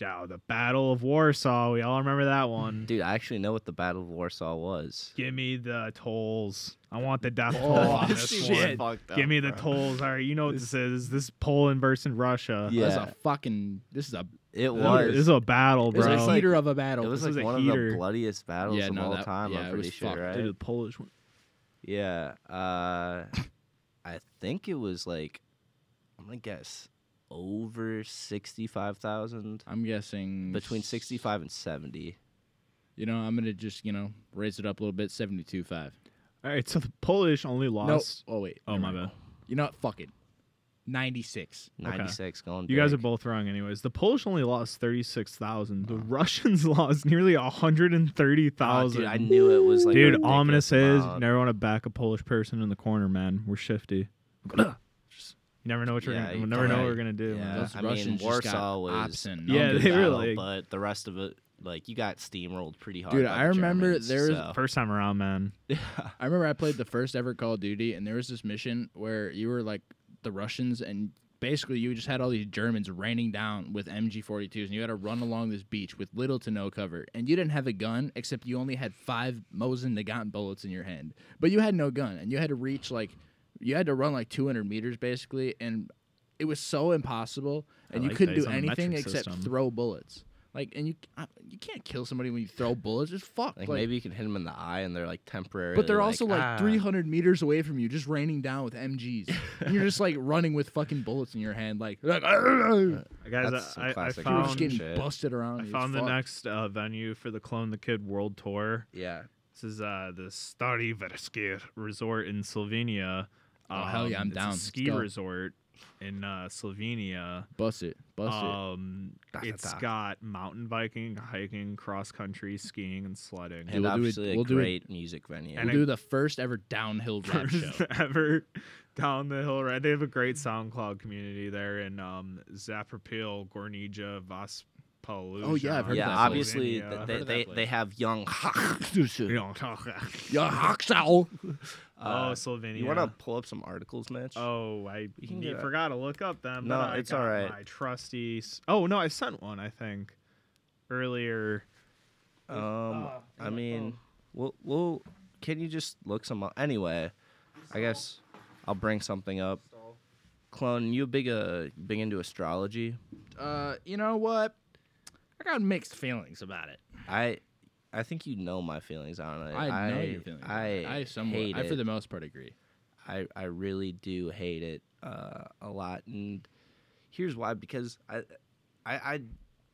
Wow, the Battle of Warsaw. We all remember that
Hmm.
one.
Dude, I actually know what the Battle of Warsaw was.
Give me the tolls. I want the
Oh,
death toll on this
Oh, shit.
one.
Fucked up,
Give me the
bro.
tolls. All right, you know what this is. This is Poland versus Russia.
This is
Yeah,
a fucking. This is a.
it
This
was.
is a battle,
This
bro.
is a heater of a battle.
It was
This
like
was a
one of
heater.
the bloodiest battles
Yeah,
of
no,
all
that-
time.
yeah,
I'm
it
pretty
was
sure,
fucked.
right?
Dude, the Polish one.
Yeah. Uh I think it was like I'm gonna guess over sixty five thousand.
I'm guessing
Between sixty five and seventy.
You know, I'm gonna just you know raise it up a little bit. Seventy-two five.
All right, so the Polish only
No.
lost.
Oh wait.
Oh
never
my
mind.
bad.
You know what? Fuck it. Ninety-six.
Ninety six going
You guys are
big.
both wrong, anyways. The Polish only lost thirty six thousand. The Russians lost nearly hundred and thirty
Oh, dude,
thousand.
I knew it was like a
Dude,
ridiculous
ominous is you
amount.
never want to back a Polish person in the corner, man. We're shifty. Just, you never know what you're
Yeah,
gonna.
you
You never know what
can't.
we're gonna do.
Yeah,
man.
Those
I mean
Russians just got
Warsaw was
optioned.
Yeah,
under
they were
battle,
like-
but the rest of it like you got steamrolled pretty hard.
Dude,
by
I
the
remember
Germans,
there was-
so.
First time around, man.
I remember I played the first ever Call of Duty, and there was this mission where you were like the Russians, and basically you just had all these Germans raining down with MG42s, and you had to run along this beach with little to no cover, and you didn't have a gun except you only had five Mosin Nagant bullets in your hand, but you had no gun, and you had to reach like you had to run like 200 meters basically, and it was so impossible, and you
like
couldn't
that.
do
He's on the
anything
metric
except
system.
throw bullets. Like and you, I- you can't kill somebody when you throw bullets. Just fuck.
Like, maybe you can hit them in the eye and they're like temporary.
But they're also like
ah.
300 meters away from you, just raining down with MGs. and you're just like running with fucking bullets in your hand, like, like you're
Guys,
That's some
I, I, I
classic
just
found
getting
shit.
busted around.
I
you.
found the
Fuck.
next uh, venue for the Clone the Kid World Tour.
Yeah.
This is uh, the Stari Verski Resort in Slovenia. Um,
Oh, hell yeah, I'm
it's a
down. Let's
ski
go.
resort in uh, Slovenia.
Bust it, bust
Um,
Da, da,
it's
da.
got mountain biking, hiking, cross country skiing, and sledding.
And
we'll do it-
obviously a
we'll do it-
great music venue.
it.
and
We'll
I-
do the first ever downhill rap show.
First ever down the hill right they have a great soundcloud community there in um zapropil gornija vas Palooza.
Oh, yeah, I've
on
heard of
yeah,
that place.
obviously
Slovenia.
th-
I've
they,
heard of that
they,
place.
they have young.
You don't talk.
Yeah, Haxal.
oh,
Uh,
Slovenia.
You want to pull up some articles, Mitch?
Oh, I
You can
you
get a-
forgot to look up them.
No,
but I
it's
got
alright.
My trusty. s- Oh no, I sent one. I think earlier.
Um,
Ah,
I mean, we'll, we'll. Can you just look some up? Anyway, I guess I'll bring something up. Clone, you big uh big into astrology?
Uh, you know what? I got mixed feelings about it.
I, I think you know my feelings on it.
I know your feelings. about
I
it. I somewhat,
hate
I for
it.
the most part agree.
I, I really do hate it uh, a lot, and here's why: because I, I, I,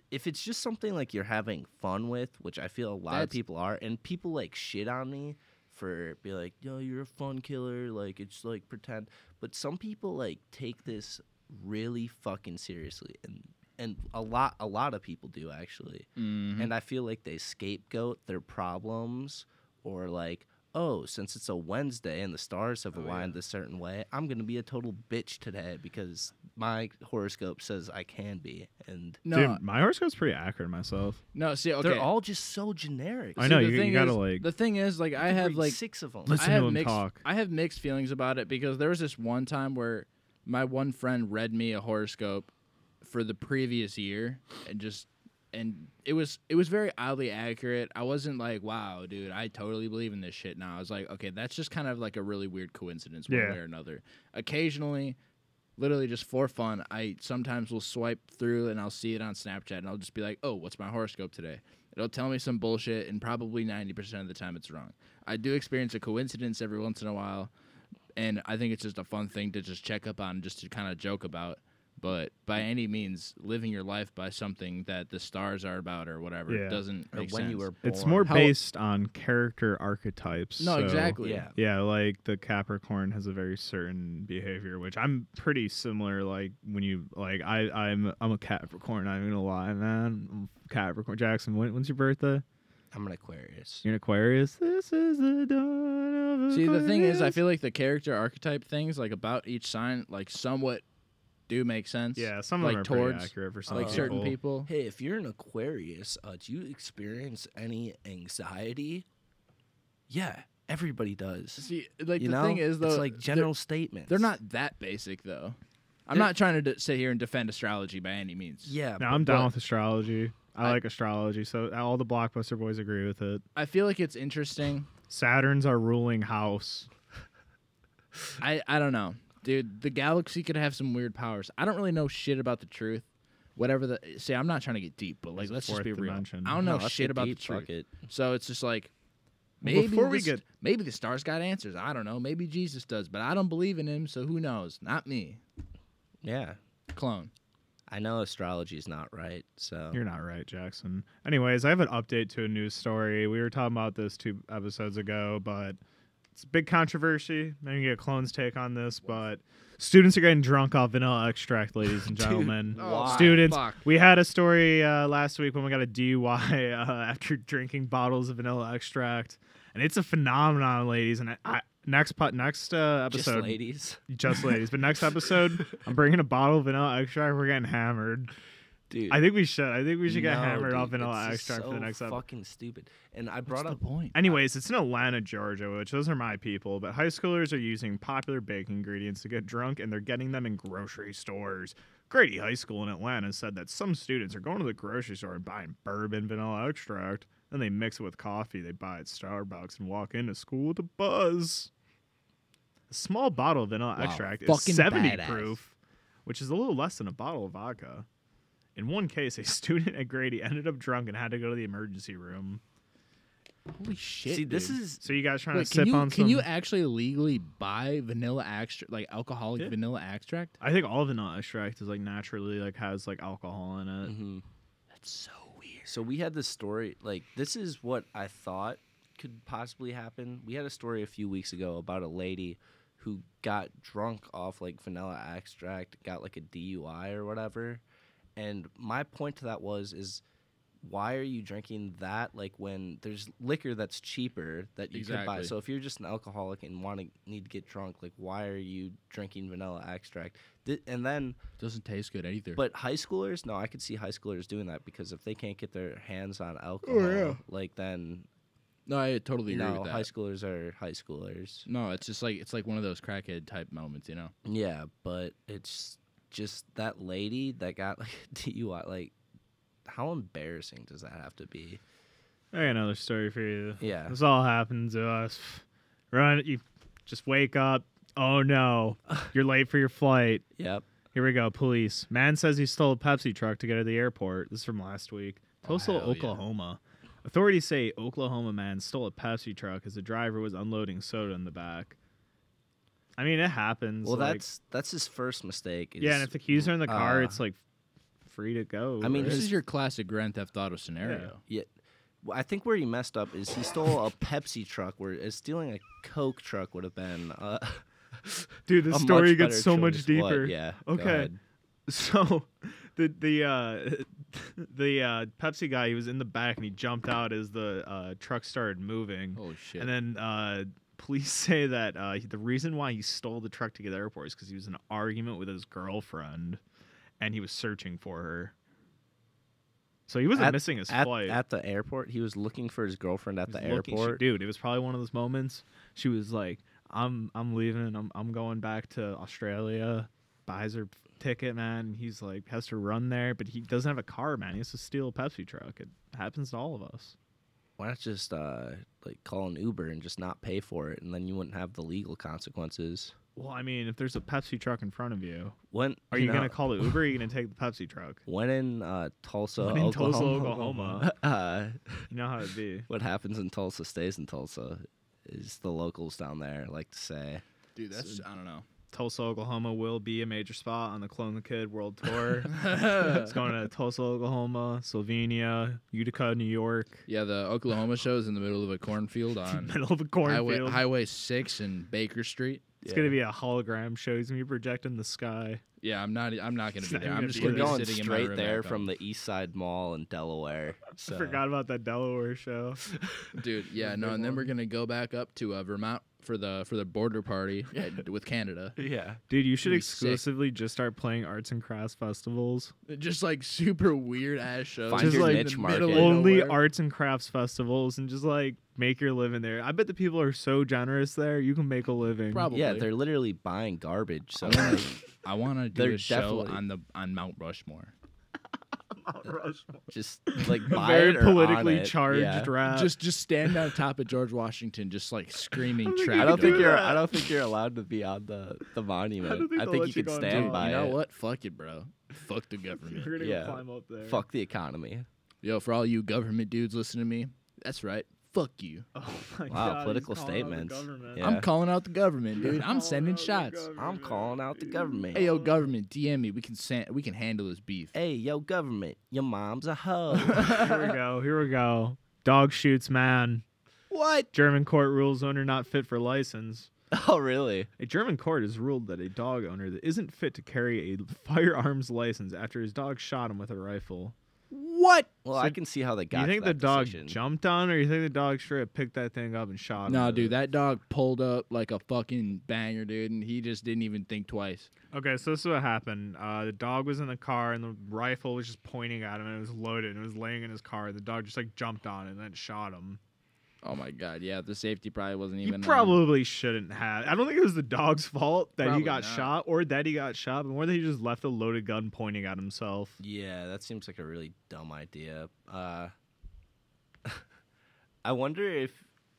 if it's just something like you're having fun with, which I feel a lot of
That's-
people are, and people like shit on me for be like, yo, you're a fun killer, like it's like pretend, but some people like take this really fucking seriously, and and a lot a lot of people do actually,
Mm-hmm.
and I feel like they scapegoat their problems or like, oh, since it's a Wednesday and the stars
Oh,
have aligned a certain way, I'm gonna be a total bitch today because my horoscope says I can be, and
No,
Dude, my horoscope's pretty accurate myself.
no. See, okay.
they're all just so generic.
I
See,
know,
the
you- you
thing
gotta,
is-
like-
The thing is, like, I
You
have
read
like
six of them.
Listen
I
to
have
him
mixed,
talk.
I have mixed feelings about it because there was this one time where my one friend read me a horoscope for the previous year and just and it was it was very oddly accurate. I wasn't like, wow, dude, I totally believe in this shit now. I was like, okay, that's just kind of like a really weird coincidence one
Yeah.
way or another. Occasionally, literally just for fun, I sometimes will swipe through and I'll see it on Snapchat and I'll just be like, oh, what's my horoscope today? It'll tell me some bullshit, and probably 90% of the time it's wrong. I do experience a coincidence every once in a while, and I think it's just a fun thing to just check up on, just to kind of joke about. But by any means, living your life by something that the stars are about or whatever
Yeah.
doesn't
or when
make
you
sense.
were born.
It's more
How-
based on character archetypes.
no,
so-
exactly.
yeah.
Yeah, like the Capricorn has a very certain behavior, which I'm pretty similar. Like when you like, I I'm I'm a Capricorn. I'm gonna lie, man. I'm Capricorn Jackson. When, when's your birthday?
I'm an Aquarius.
You're an Aquarius. This is the dawn of
See, the thing is, I
Aquarius.
feel like the character archetype things, like about each sign, like somewhat do make sense.
yeah, some of
like
them are
towards
pretty accurate for some
like
people.
certain people.
Hey, if you're an Aquarius, uh, do you experience any anxiety? Yeah, everybody does.
See, like
you
the
know,
thing is though,
it's like
they're-
general statements.
They're, not that basic though. I'm not trying to d- sit here and defend astrology by any means.
Yeah,
No, I'm down
but-
with astrology. I,
I-
like astrology, so all the blockbuster boys agree with it.
I feel like it's interesting.
Saturn's our ruling house.
I I don't know, dude. The galaxy could have some weird powers. I don't really know shit about the truth. Whatever the see, I'm not trying to get deep, but like
There's a
let's just
fourth
be real.
dimension.
I don't
No,
know
let's
shit
get
about
deep,
the truth.
fuck it.
So it's just like
Well,
maybe
before we
this-
get-
maybe the stars got answers. I don't know. Maybe Jesus does, but I don't believe in him, so who knows? Not me.
Yeah,
Clone.
I know astrology's not right, so
You're not right, Jackson. Anyways, I have an update to a news story. We were talking about this two episodes ago, but it's a big controversy. I'm gonna get Clone's take on this, but students are getting drunk off vanilla extract, ladies and gentlemen.
why?
students,
Fuck.
we had a story uh, last week when we got a DUI uh, after drinking bottles of vanilla extract, and it's a phenomenon, ladies. And I, I, next pot, next uh,
just
episode,
ladies,
just ladies. But next episode, I'm bringing a bottle of vanilla extract. We're getting hammered.
dude.
I think we should. I think we should get
no,
hammered
dude,
off vanilla
it's just
extract for the
so
next episode.
Fucking stupid. And I brought
What's
up
the point?
Anyways, it's in Atlanta, Georgia, which those are my people. But high schoolers are using popular baking ingredients to get drunk, and they're getting them in grocery stores. Grady High School in Atlanta said that some students are going to the grocery store and buying bourbon vanilla extract, then they mix it with coffee they buy at Starbucks and walk into school to buzz. A small bottle of vanilla
Wow,
extract
fucking
is 70
badass.
proof, which is a little less than a bottle of vodka. In one case, a student at Grady ended up drunk and had to go to the emergency room.
Holy shit.
See, this
dude.
is
So you guys trying
Wait,
to
can
sip
you
on
can
some?
you actually legally buy vanilla extract like alcoholic
Yeah.
vanilla extract?
I think all vanilla extract is like naturally like has like alcohol in
Mm.
it.
Mhm.
That's so weird.
So we had this story, like this is what I thought could possibly happen. We had a story a few weeks ago about a lady who got drunk off like vanilla extract, got like a DUI or whatever. And my point to that was is why are you drinking that like when there's liquor that's cheaper that you could buy.
Exactly.
So if you're just an alcoholic and want to need to get drunk, like why are you drinking vanilla extract? Th- and then,
Doesn't taste good either.
but high schoolers, no, I could see high schoolers doing that because if they can't get their hands on
Oh,
alcohol,
yeah.
like then
no, I totally
you
agree
know,
with that.
high schoolers are high schoolers.
No, it's just like it's like one of those crackhead type moments, you know.
Yeah, but it's just that lady that got like a DUI. Like, how embarrassing does that have to be?
I got another story for you.
Yeah.
This all happened to us. Run, you just wake up. Oh no, you're late for your flight.
Yep.
Here we go. Police. Man says he stole a Pepsi truck to get to the airport. This is from last week. Tulsa,
Oh, hell yeah.
Oklahoma. Authorities say Oklahoma man stole a Pepsi truck as the driver was unloading soda in the back. I mean, it happens.
Well,
like-
that's that's his first mistake. Is,
yeah. And if the keys are in the car,
uh,
it's like free to go.
I mean,
right?
This
his-
is your classic Grand Theft Auto scenario.
Yeah. Well, I think where he messed up is he stole a Pepsi truck, where uh, stealing a Coke truck would have been. Uh,
dude, this
a
story
much
gets
better
so much
choice. What?
deeper.
Yeah. go
Okay.
ahead.
So the the uh the uh Pepsi guy he was in the back and he jumped out as the uh truck started moving.
Oh,
Holy shit!
and then uh police say that uh the reason why he stole the truck to get to the airport is cuz he was in an argument with his girlfriend and he was searching for her. So he wasn't missing his
At,
flight.
at the airport, he was looking for his girlfriend at
He
the
was looking- she-
airport.
dude, it was probably one of those moments she was like I'm I'm leaving. I'm I'm going back to Australia. Buys her ticket, man. He's like has to run there, but he doesn't have a car, man. He has to steal a Pepsi truck. It happens to all of us.
Why not just uh, like call an Uber and just not pay for it, and then you wouldn't have the legal consequences.
Well, I mean, if there's a Pepsi truck in front of you,
When
are you,
know,
gonna call the Uber? or Are you gonna take the Pepsi truck?
When in uh, Tulsa,
When in
Oklahoma,
Tulsa, Oklahoma.
uh,
You know how it'd be.
what happens in Tulsa stays in Tulsa, is the locals down there like to say.
Dude, that's I don't know.
Tulsa, Oklahoma will be a major spot on the Clone the Kid World Tour. it's going to Tulsa, Oklahoma, Slovenia, Utica, New York,
Yeah, the Oklahoma show is in the middle of a cornfield on
middle of a
highway,
cornfield.
highway Six and Baker Street.
It's gonna be a hologram show. He's gonna be projecting the sky.
Yeah, I'm not. I'm not gonna
It's
be
not even
there. I'm
gonna
just
be
gonna
We're
there.
be
going
sitting in my
straight
room
there
back
from
home.
the East Side Mall in Delaware. So.
I forgot about that Delaware show.
dude. Yeah,
the
no,
big
and then
one.
we're gonna go back up to uh, Vermont for the for the border party at- with Canada.
Yeah.
Dude, you should
It'd be sick.
exclusively just start playing arts and crafts festivals.
Just like super weird ass shows.
Find
just
your
like
niche
the
market.
middle of
Yeah.
Only
nowhere.
arts and crafts festivals and just like make your living there. I bet the people are so generous there. You can make a living.
Probably.
Yeah, they're literally buying garbage. So
I wanna-
like,
I want to do
They're
a show
definitely-
on the on Mount Rushmore.
just like
A
buy
very
it or on
politically
it.
charged
Yeah.
rap.
just just stand on top of George Washington, just like screaming
think you
traffic.
I
can
don't think
do
you're.
that.
I don't think you're allowed to be on the the monument.
think
I
they'll
think
let
you
you
can
go on
Dude,
stand
top.
by
you know
it.
what? Fuck it, bro. Fuck the government.
You're gonna
Yeah.
climb up there.
Fuck the economy.
Yo, for all you government dudes listening to me, that's right. Fuck you.
Oh my
Wow,
God, he's
political
calling out the
statements.
government.
Yeah.
I'm calling out the government, dude.
Calling
I'm sending
out the
shots.
I'm
government.
calling out the
Dude.
government.
Hey, yo, government, DM me. We can san- we can handle this beef.
Hey, yo, government, your mom's a hoe.
Here we go. Here we go. Dog shoots man.
What?
German court rules owner not fit for license.
oh, really?
A German court has ruled that a dog owner that isn't fit to carry a firearms license after his dog shot him with a rifle.
What?
Well, I can see how they got.
you
to
think the
that
dog
decision.
jumped on, or you think the dog straight up picked that thing up and shot him?
No,
with
dude,
it?
that dog pulled up like a fucking banger, dude, and he just didn't even think twice.
Okay, so this is what happened. Uh, the dog was in the car, and the rifle was just pointing at him, and it was loaded, and it was laying in his car. And the dog just like jumped on it and then shot him.
Oh my god, yeah, the safety probably wasn't
You
even. um, on.
probably shouldn't have. I don't think it was the dog's fault that
Probably
he got
not.
shot, or that he got shot, but more that he just left a loaded gun pointing at himself.
Yeah, that seems like a really dumb idea. Uh, I wonder if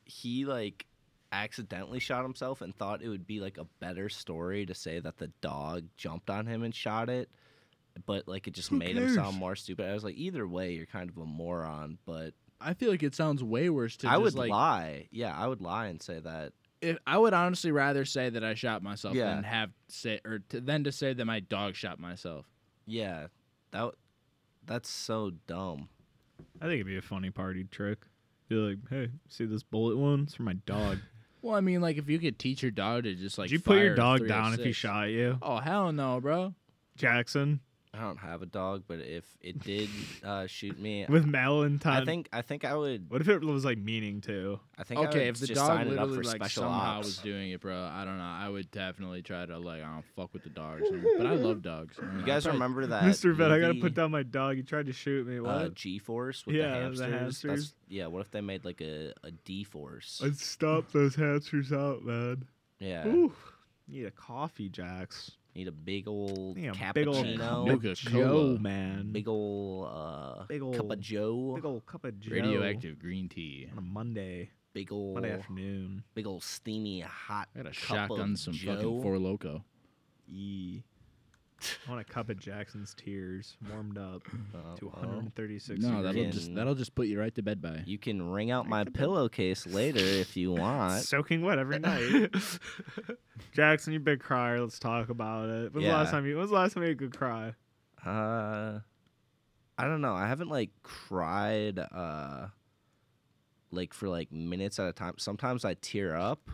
he like accidentally shot himself and thought it would be like a better story to say that the dog jumped on him and shot it, but like it just
Who
made him sound
cares?
more stupid. I was like, either way, you're kind of a moron. But
I feel like it sounds way worse to.
I
just,
would
like,
lie. Yeah, I would lie and say that.
if I would honestly rather say that I shot myself
Yeah.
than have say or to, than to say that my dog shot myself.
Yeah, that w- that's so dumb.
I think it'd be a funny party trick. Be like, hey, see this bullet wound? It's for my dog.
Well, I mean, like if you could teach your dog to just like
Did you put
fire oh
oh
your
a
dog down if he
306.
shot you,
Oh hell no, bro!
Jackson?
I don't have a dog, but if it did uh, shoot me,
with Mel and Todd.
I think I think I would.
What if it was like meaning to?
I think I would
okay, if the
just
dog
sign it up
literally
for
like
special
somehow
ops.
was doing it, bro, I don't know. I would definitely try to like I don't fuck with the dogs, man. but I love dogs. I don't know,
you
I'd
guys
probably-
remember that,
Mr. Vet, I gotta
movie,
put down my dog. He tried to shoot me. What?
uh, G Force with
Yeah, the
the hamsters. That's-
hamsters.
yeah, what if they made like a, a D Force?
I'd stop those hamsters out, man.
Yeah,
Ooh, need a coffee, Jax.
need a big old
Yeah, big ol'
cappuccino,
Milk
big
Coca-Cola.
Joe, man.
old, uh,
Big
cup
ol'
of Joe,
big old cup of Joe.
radioactive green tea.
on a Monday,
big old,
Monday afternoon.
big old steamy hot.
I gotta
cup
shotgun
of
some
Joe.
fucking four loco.
E. I want a cup of Jackson's tears, warmed up
Uh,
to
well,
136.
No, that'll
degrees.
just
freaking-
that'll just put you right to bed by.
you can wring out my pillowcase later if you want.
soaking wet every night. Jackson, you big crier. Let's talk about it. When was the last
Yeah.
time you? When was the last time you could cry?
Uh, I don't know. I haven't like cried uh, like for like minutes at a time. Sometimes I tear up.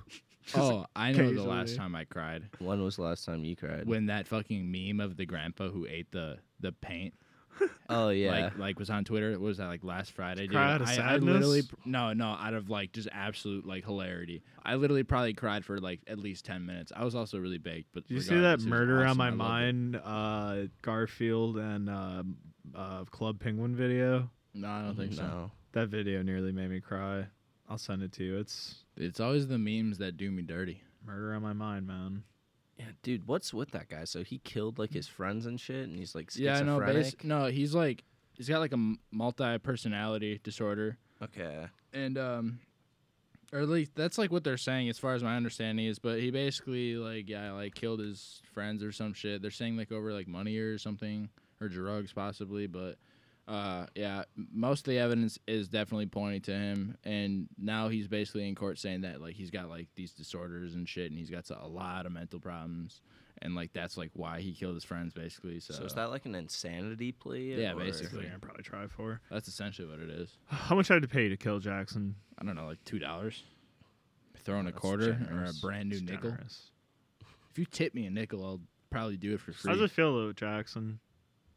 Oh, I know the last
occasionally.
time I cried
When was the last time you cried?
when that fucking meme of the grandpa who ate the the paint
oh yeah,
like like was on Twitter. What was that like last Friday? Dude,
Cry out of
I, I literally
sadness?
pr- no no out of like just absolute like hilarity. I literally probably cried for like at least ten minutes. I was also really baked, but
Did you see that
regardless, it was
murder
awesome. I
on my
loved it.
mind? Uh, Garfield and um uh, Club Penguin video.
No, I don't think so.
No.
That video nearly made me cry. I'll send it to you. It's
It's always the memes that do me dirty.
murder on my mind, man.
Yeah, dude, what's with that guy? So he killed like his friends and shit, and he's like
Yeah, no,
schizophrenic.
base, no, he's like he's got like a m- multi-personality disorder,
Okay.
and um, or at least that's like what they're saying as far as my understanding is. But he basically like yeah, like killed his friends or some shit. They're saying like over like money or something or drugs possibly, but. Uh yeah, m- most of the evidence is definitely pointing to him, and now he's basically in court saying that like he's got like these disorders and shit, and he's got a lot of mental problems, and like that's like why he killed his friends basically. So,
So, is that like an insanity plea?
Yeah,
or-
That's what
basically.
I'm gonna probably try for.
That's essentially what it is.
How much I had to pay to kill Jackson?
I don't know, like two dollars. Throw in a
That's
quarter or a
generous.
brand new
It's
nickel.
generous.
If you tip me a nickel, I'll probably do it for
How does
free.
it feel though, Jackson?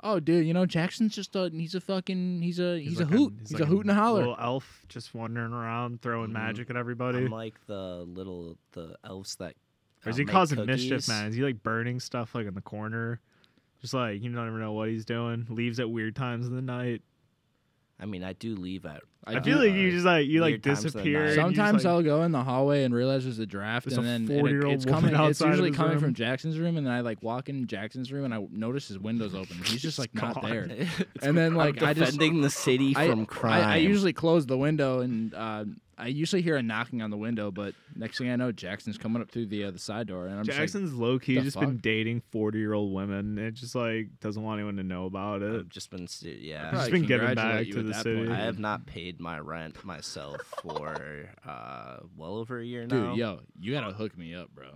oh, dude, you know Jackson's just a he's a fucking he's a he's, a
like
hoot. he's
like
a hoot and a holler.
Little elf just wandering around throwing
Mhm.
magic at everybody.
I'm like the little the elves that.
Or
uh,
is he
make
causing
cookies.
mischief, man? Is he like burning stuff like in the corner? Just like you don't even know what he's doing. Leaves at weird times of the night.
I mean, I do leave at.
I,
do-
feel like you just like you like
weird times of the
disappear.
night.
and you just,
Sometimes
like-
I'll go in the hallway and realize there's a draft,
There's
and
a
then and it,
40-year-old
it's
woman
coming. It's
outside of
usually
his
coming
room.
from Jackson's room, and then I like walk in Jackson's room, and I notice his windows open. He's just like not
gone.
there. And then like
I'm
I just
defending the city
I-
from crime.
I, I usually close the window, and uh, I usually hear a knocking on the window. But next thing I know, Jackson's coming up through the uh, the side door, and I'm just like,
Jackson's low key
"The
just been
fuck?"
dating forty year old women. It just like doesn't want anyone to know about it.
I've just been, se- yeah.
probably
Just been giving
congratulate
back
you
to
at
the
that
city.
point.
I have not paid my rent myself for uh, well over a year
"Dude,
now.
yo, you gotta hook me up, bro.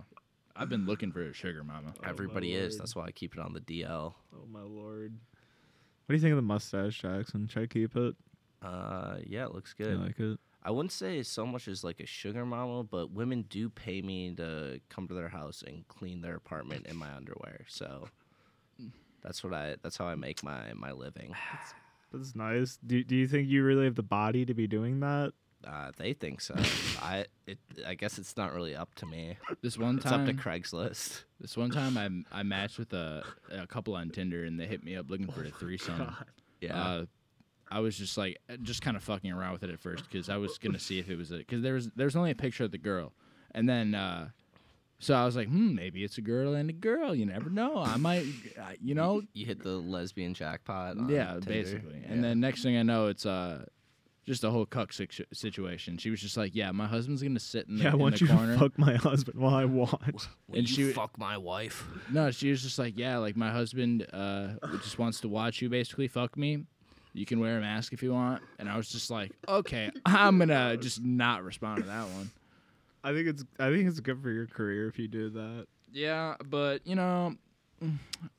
I've been looking for a sugar mama."
my
Everybody is.
word.
That's why I keep it on the DL.
Oh my lord. What do you think of the mustache, Jackson? Should I keep it?
Uh, yeah, it looks
Do
good.
you like it?
I wouldn't say so much as like a sugar mama, but women do pay me to come to their house and clean their apartment in my underwear. So that's what I. That's how I make my my living.
That's nice. Do, do you think you really have the body to be doing that?
Uh, they think so. I. It, I guess it's not really up to me.
This one
It's up to
time,
Craigslist.
this one time, I I matched with a a couple on Tinder, and they hit me up looking for a threesome.
Yeah.
Uh, I was just like, uh, just kind of fucking around with it at first because I was gonna see if it was a because there was there was only a picture of the girl, and then uh, so I was like, hmm, maybe it's a girl and a girl. You never know. I might, I- you know,
you hit the lesbian jackpot. On
yeah,
Tinder.
basically. And
Yeah.
then next thing I know, it's uh. Just a whole cuck situ- situation. She was just like, "Yeah, my husband's gonna sit in the,
Yeah, I
in
want
the
you
corner."
to fuck my husband while I watch.
Will
and
you
she-
fuck my wife.
No, she was just like, yeah, like my husband uh, just wants to watch you basically fuck me. You can wear a mask if you want. And I was just like, okay, I'm gonna just not respond to that one.
I think it's I think it's good for your career if you do that.
Yeah, but you know,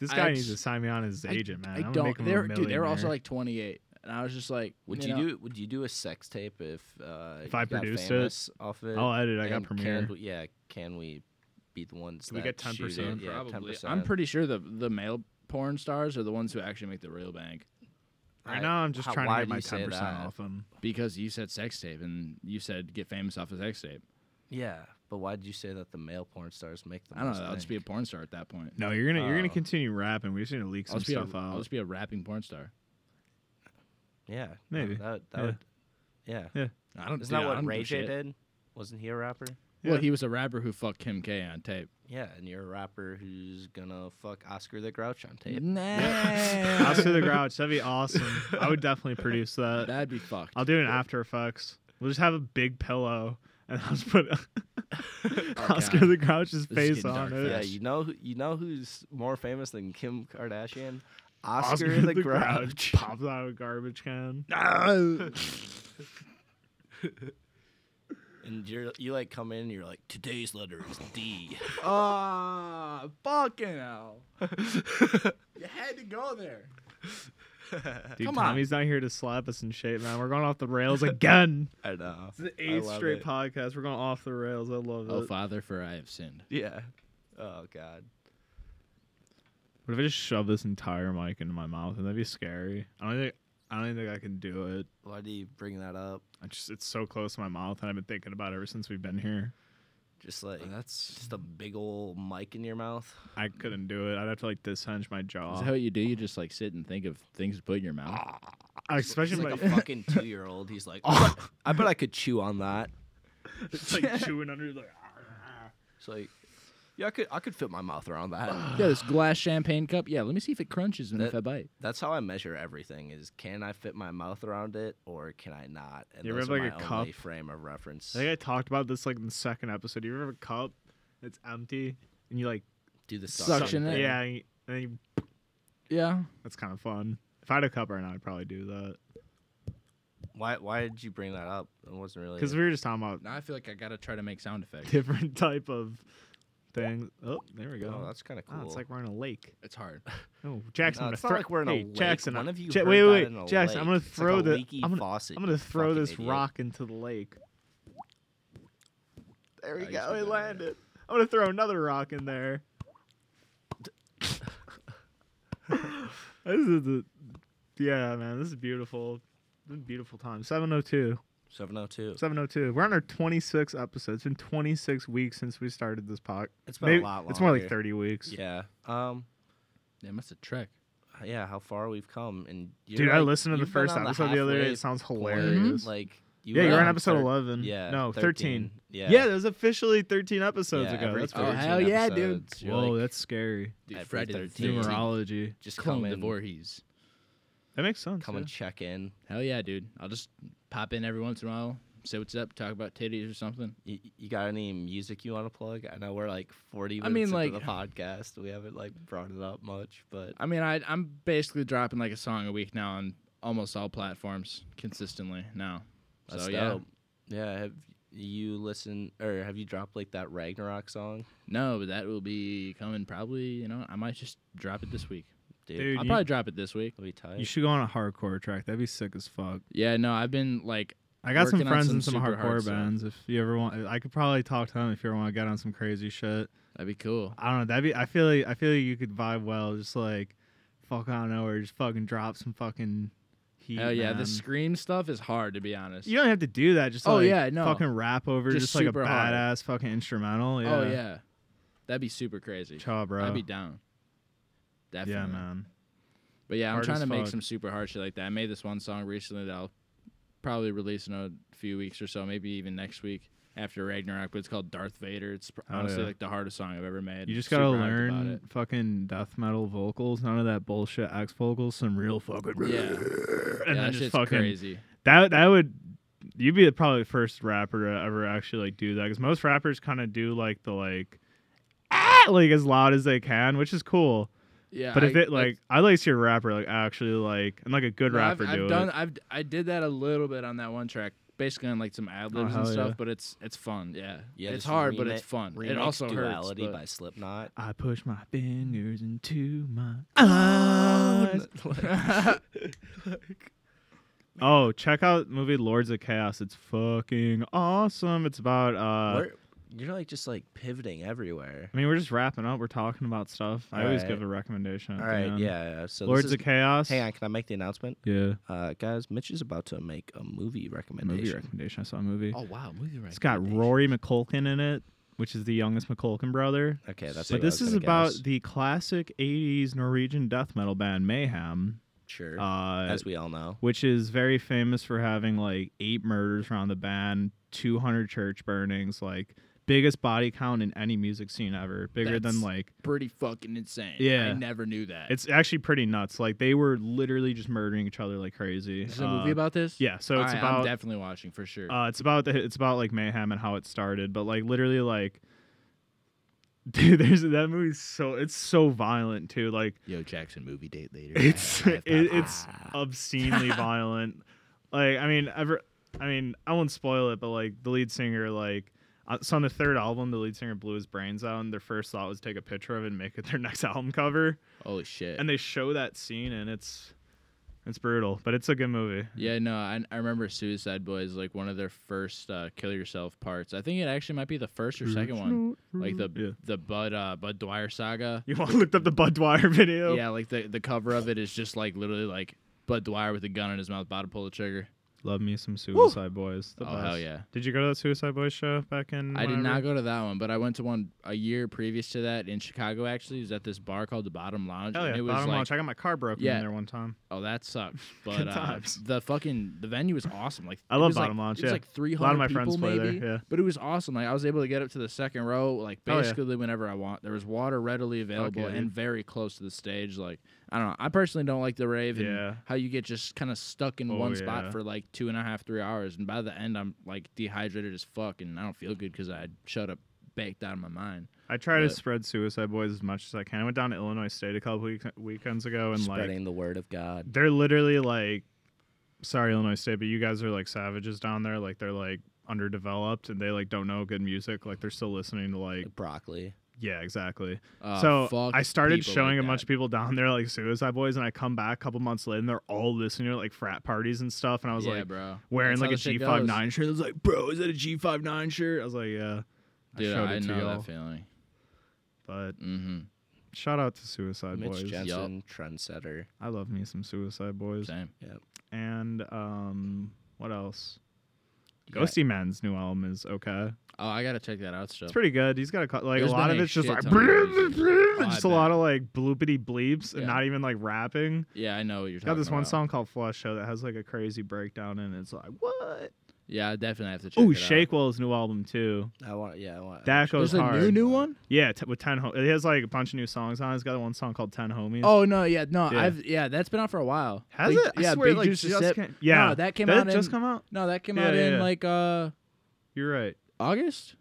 This
I
guy needs to
just-
sign me on as agent, man.
I
I'm gonna
don't.
Make him
They were,
a
dude, they were also
millionaire.
like 28, and I was just like,
Would you,
know,
do? Would you do a sex tape if uh,
If I
you got
produced it,
famous off it?
Oh,
I'll edit. I got
And
Premiere.
Can, we- yeah, can we be the ones
Can we
that
get 10%?
shoot it? Yeah,
Probably.
10%.
I'm pretty sure the the male porn stars are the ones who actually make the real bank
Right now, I'm just
how-
trying
why
to get
do
my
you say
10%
that?
off them.
because you said sex tape and you said get famous off a sex tape.
Yeah, but why did you say that the male porn stars make the
I don't
most
know. I'll just be a
bank?
porn star at that point.
No, you're gonna you're gonna
Oh.
continue rapping. We just need to leak
I'll
some
just, be a,
stuff out.
I'll just be a rapping porn star.
Yeah, no,
Maybe.
that that
Yeah.
would yeah.
I don't.
Isn't
dude,
that
I
what
don't
Ray
give a
J
shit.
did? Wasn't he a rapper?
Well,
Yeah.
he was a rapper who fucked Kim K on tape.
Yeah, and you're a rapper who's gonna fuck Oscar the Grouch on tape.
Nah.
Oscar the Grouch, that'd be awesome. I would definitely produce that.
That'd be fucked.
I'll do an After Effects. We'll just have a big pillow and I'll just put Oscar
God.
the Grouch's
is
face
getting
on
dark
it.
Yeah,
Yes.
you know who- you know who's more famous than Kim Kardashian?
Oscar,
Oscar, the, Grouch.
pops out of a garbage can.
And you're you like come in and you're like, today's letter is D.
Ah, fucking hell! you had to go there.
Dude,
Come on.
Tommy's not here to slap us and shit, man. We're going off the rails again.
I know.
It's the
I
eighth
love
straight
it.
podcast. We're going off the rails. I love
Oh,
it.
Father, for I have sinned.
Yeah. Oh god.
What if I just shove this entire mic into my mouth? And that'd be scary. I don't think I don't think I can do it.
Why do you bring that up?
I just it's so close to my mouth, and I've been thinking about it ever since we've been here.
Just like
That's.
just a big old mic in your mouth.
I couldn't do it. I'd have to like disunge my
Is
jaw.
that what you do? You just like sit and think of things to put in your mouth.
Especially
He's
my,
like a fucking two year old. He's like, I bet- I bet I could chew on that.
it's like chewing under like. "Ah."
It's like, yeah, I could I could fit my mouth around that.
yeah, this glass champagne cup. Yeah, let me see if it crunches and if
That-
I bite.
That's how I measure everything: is can I fit my mouth around it or can I not? And
You ever
those
have,
are
like,
my
a
only
cup?
frame of reference.
I think I talked about this like in the second episode. You ever have a cup that's empty and you like
Do the
Suction
suction.
it.
thing.
yeah, and you- and then you,
Yeah.
that's kind of fun. If I had a cup right now, I'd probably do that
Why Why did you bring that up? It wasn't really.
because we were just talking about
Now I feel like I gotta try to make sound effects.
different type of things. Oh, there we go.
Oh, that's kind of cool.
Ah, it's like we're in a lake.
It's hard.
Oh, Jackson,
No,
I'm gonna
it's not
throw-
like we're in a
hey,
lake.
Jackson,
One
I-
of you
Ja-
heard
wait,
that
wait,
in a
Jackson,
lake.
I'm gonna
It's like
throw
a
the,
leaky
I'm gonna,
faucet,
I'm
you
gonna throw
fucking
this
idiot.
rock into the lake. Oh, There we
I used
go,
to
it
do that.
landed. I'm gonna throw another rock in there. this is the, yeah, man, this is beautiful. This is a beautiful time. 702.
seven oh two.
702. We're on our 26th episode. It's been 26 weeks since we started this podcast.
It's been a lot
It's more like
longer.
30 weeks.
Yeah. Um.
Yeah, must have trek.
Yeah. How far we've come, and you're
Dude, I
like-
listened to the
you've been
first
on
episode the other day.
halfway
It sounds
point,
hilarious.
Like you
yeah,
were
you're on
on
episode
thir-
11.
Yeah.
No, 13.
Yeah.
Yeah, that was officially 13 episodes ago.
every
That's
Oh,
13
crazy.
hell yeah, dude.
episodes, you're
Whoa,
like,
that's scary.
Dude,
Every
Friday the
13th.
13th.
Numerology.
just come
Clone the
in,
Voorhees.
That makes sense.
come
yeah.
and check in.
Hell yeah, dude. I'll just pop in every once in a while, say what's up, talk about titties or something.
You, you got any music you want to plug? I know we're like 40 minutes
I mean,
into
like-
the podcast. We haven't like brought it up much, but
I mean, I, I'm basically dropping like a song a week now on almost all platforms consistently now.
that's
so yeah,
dope. Yeah, have you listened or have you dropped like that Ragnarok song?
no, but that will be coming probably. You know, I might just drop it this week.
Dude,
Dude,
I'll
you-
probably drop it this week.
that'll be tight.
You should go on a hardcore track. That'd be sick as fuck.
Yeah, no, I've been like,
I got some
Working on
friends
some
in some
super
hardcore
hard stuff.
bands. If you ever want, I could probably talk to them if you ever want to get on some crazy shit.
that'd be cool.
I don't know. That'd be. I feel like I feel like you could vibe well. Just like, fuck, I don't know, or just fucking drop some fucking heat.
Hell yeah,
man.
the scream stuff is hard to be honest.
You don't have to do that. Just
Oh,
like
yeah, no.
fucking rap over just,
Just
like a
super hard.
badass fucking instrumental. Yeah.
Oh yeah, that'd be super crazy.
Chaw, bro.
I'd be down. Definitely.
yeah, man.
But yeah, I'm
Hard
trying
as
to make
fuck.
some super hard shit like that. I made this one song recently that I'll probably release in a few weeks or so, maybe even next week after Ragnarok. But it's called Darth Vader. It's pr-
Oh,
honestly
yeah.
like the hardest song I've ever made.
You just
Super
gotta
hyped about
learn fucking death metal vocals. None of that bullshit X vocals. Some real fucking.
it. Yeah,
and
yeah
then
that
just
shit's
fucking
crazy.
that that would you'd be probably the first rapper to ever actually like do that because most rappers kind of do like the like ah, like as loud as they can, which is cool.
Yeah,
But if
I-
it like I like to see a rapper like actually like and like a good
No, I've,
rapper
I've
do it.
done. I've I did that a little bit on that one track, basically on like some ad libs
Oh, hell
and stuff.
yeah.
But it's it's fun. Yeah,
yeah,
it's
just
hard, but
remix-
it's fun. It
remix
also hurts.
duality
but-
by Slipknot.
I push my fingers into my Uh, eyes. Oh, check out the movie Lords of Chaos. It's fucking awesome. It's about uh
Where, you're like just like pivoting everywhere.
I mean, we're just wrapping up. We're talking about stuff. I always
Alright.
give a recommendation. At
All
the
right,
end.
yeah. yeah. So
Lords
this is,
of Chaos.
hang on, can I make the announcement?
Yeah.
Uh, guys, Mitch is about to make a movie recommendation.
Movie recommendation. I saw a movie.
Oh wow, movie right.
it's got Rory McCulkin in it, which is the youngest McCulkin brother.
Okay, that's.
But
what I was
this is
gonna
about
guess.
the classic '80s Norwegian death metal band Mayhem,
sure,
uh,
as we all know.
which is very famous for having like eight murders around the band, 200 church burnings, like biggest body count in any music scene ever, bigger than
That's-
like
Pretty fucking insane.
Yeah.
I never knew that.
It's actually pretty nuts. Like they were literally just murdering each other like crazy.
Is there a
Uh,
movie about this?
Yeah, so it's
Alright, I'm
about
definitely watching for sure.
uh, it's about the, it's about like mayhem and how it started, but like literally like dude, there's that movie's so it's so violent too. Like
Yo, Jackson movie date later.
it's
I have Ah,
it,
to-
it's obscenely violent. Like I mean, ever I mean, I won't spoil it, but like the lead singer like uh, so on the third album, the lead singer blew his brains out, and their first thought was take a picture of it and make it their next album cover
holy shit.
and they show that scene and it's it's brutal but it's a good movie
yeah, no, I, I remember Suicide Boys like one of their first uh, kill yourself parts. I think it actually might be the first or second one, like the
Yeah.
the Bud uh, Bud Dwyer saga.
you all looked up the bud dwyer video
Yeah, like the the cover of it is just like literally like Bud Dwyer with a gun in his mouth, about to pull the trigger.
love me some suicide boys the
Oh,
best.
hell yeah.
did you go to that suicide boys show back in
I did not
whenever?
go to that one, but I went to one a year previous to that in Chicago. Actually, it was at this bar called the Bottom Lounge.
hell
and
yeah
it was
bottom
like,
launch i got my car broken
Yeah.
in there one time
Oh, that sucks. But
Good
uh,
times.
the fucking the venue was awesome. Like
I
it
love
was, like-
Bottom Lounge,
It was
yeah.
like three
A lot
hundred
of my friends
people
play there,
maybe.
yeah.
But it was awesome. Like I was able to get up to the second row, like
Hell yeah.
basically whenever I want. There was water readily available
yeah,
and
dude.
very close to the stage. Like I don't know. I personally don't like the rave and
Yeah.
how you get just kind of stuck in
Oh,
one spot
yeah.
for like two and a half, three hours, and by the end I'm like dehydrated as fuck and I don't feel good because I shut up baked out of my mind.
i try to
But-
spread suicide boys as much as i can i went down to illinois state a couple week- weekends ago and like
Spreading the word of God.
they're literally like sorry illinois state but you guys are like savages down there like they're like underdeveloped and they like don't know good music like they're still listening to like
Broccoli.
yeah exactly
Uh,
so
fuck
I started
people
showing
like
a bunch
that.
of people down there like Suicide Boys, and I come back a couple months later, and they're all listening to like frat parties and stuff. And I was
yeah,
like
bro.
wearing
That's
like
how
a
the shit
G five
goes.
nine shirt. I was like, bro, is that a G five nine shirt? I was like, yeah.
Dude,
showed
I,
it to
know
y'all.
that feeling.
But
Mm-hmm.
shout out to Suicide
Mitch
Boys.
Jensen, trendsetter.
I love me some Suicide Boys.
Same.
And um, what else?
You got-
Ghosty Man's new album is okay.
Oh, I gotta check that out. Still.
It's pretty good. He's got a cou- like
Oh. There's
a lot
been
of
a
it's just
shit
like
ton of those. Oh, I
just a
bet.
lot of like bloopity bleeps and
Yeah.
not even like rapping.
Yeah, I know what you're
He's
talking
got this one
about.
song called Flush Show that has like a crazy breakdown and it's like what?
Yeah, I definitely have to check.
Oh,
it Out.
Shakewell's new album too.
I want. Yeah, I want.
That goes
There's a
hard.
new new one.
yeah, t- with ten. Ho- it has like a bunch of new songs on. it. It's got one song called Ten Homies.
Oh no, yeah, no,
Yeah.
I've yeah, that's been out for a while.
has
Big-
it? I
Yeah,
swear,
Big
like,
Juice to
just
Sip.
came- yeah,
no, that came
Did
out
it just
in-
come out.
No, that came
Yeah,
out
yeah,
in
yeah.
like uh
You're right.
August.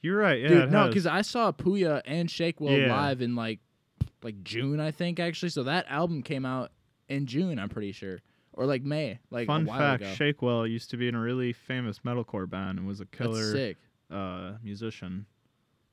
You're right. Yeah,
Dude,
it
no,
has.
because I saw Puya and Shakewell
Yeah.
live in like like June, I think actually. So that album came out in June, I'm pretty sure, or like May, like
fun
a while
fact:
ago.
Shakewell used to be in a really famous metalcore band and was a
that's
killer
sick.
uh, musician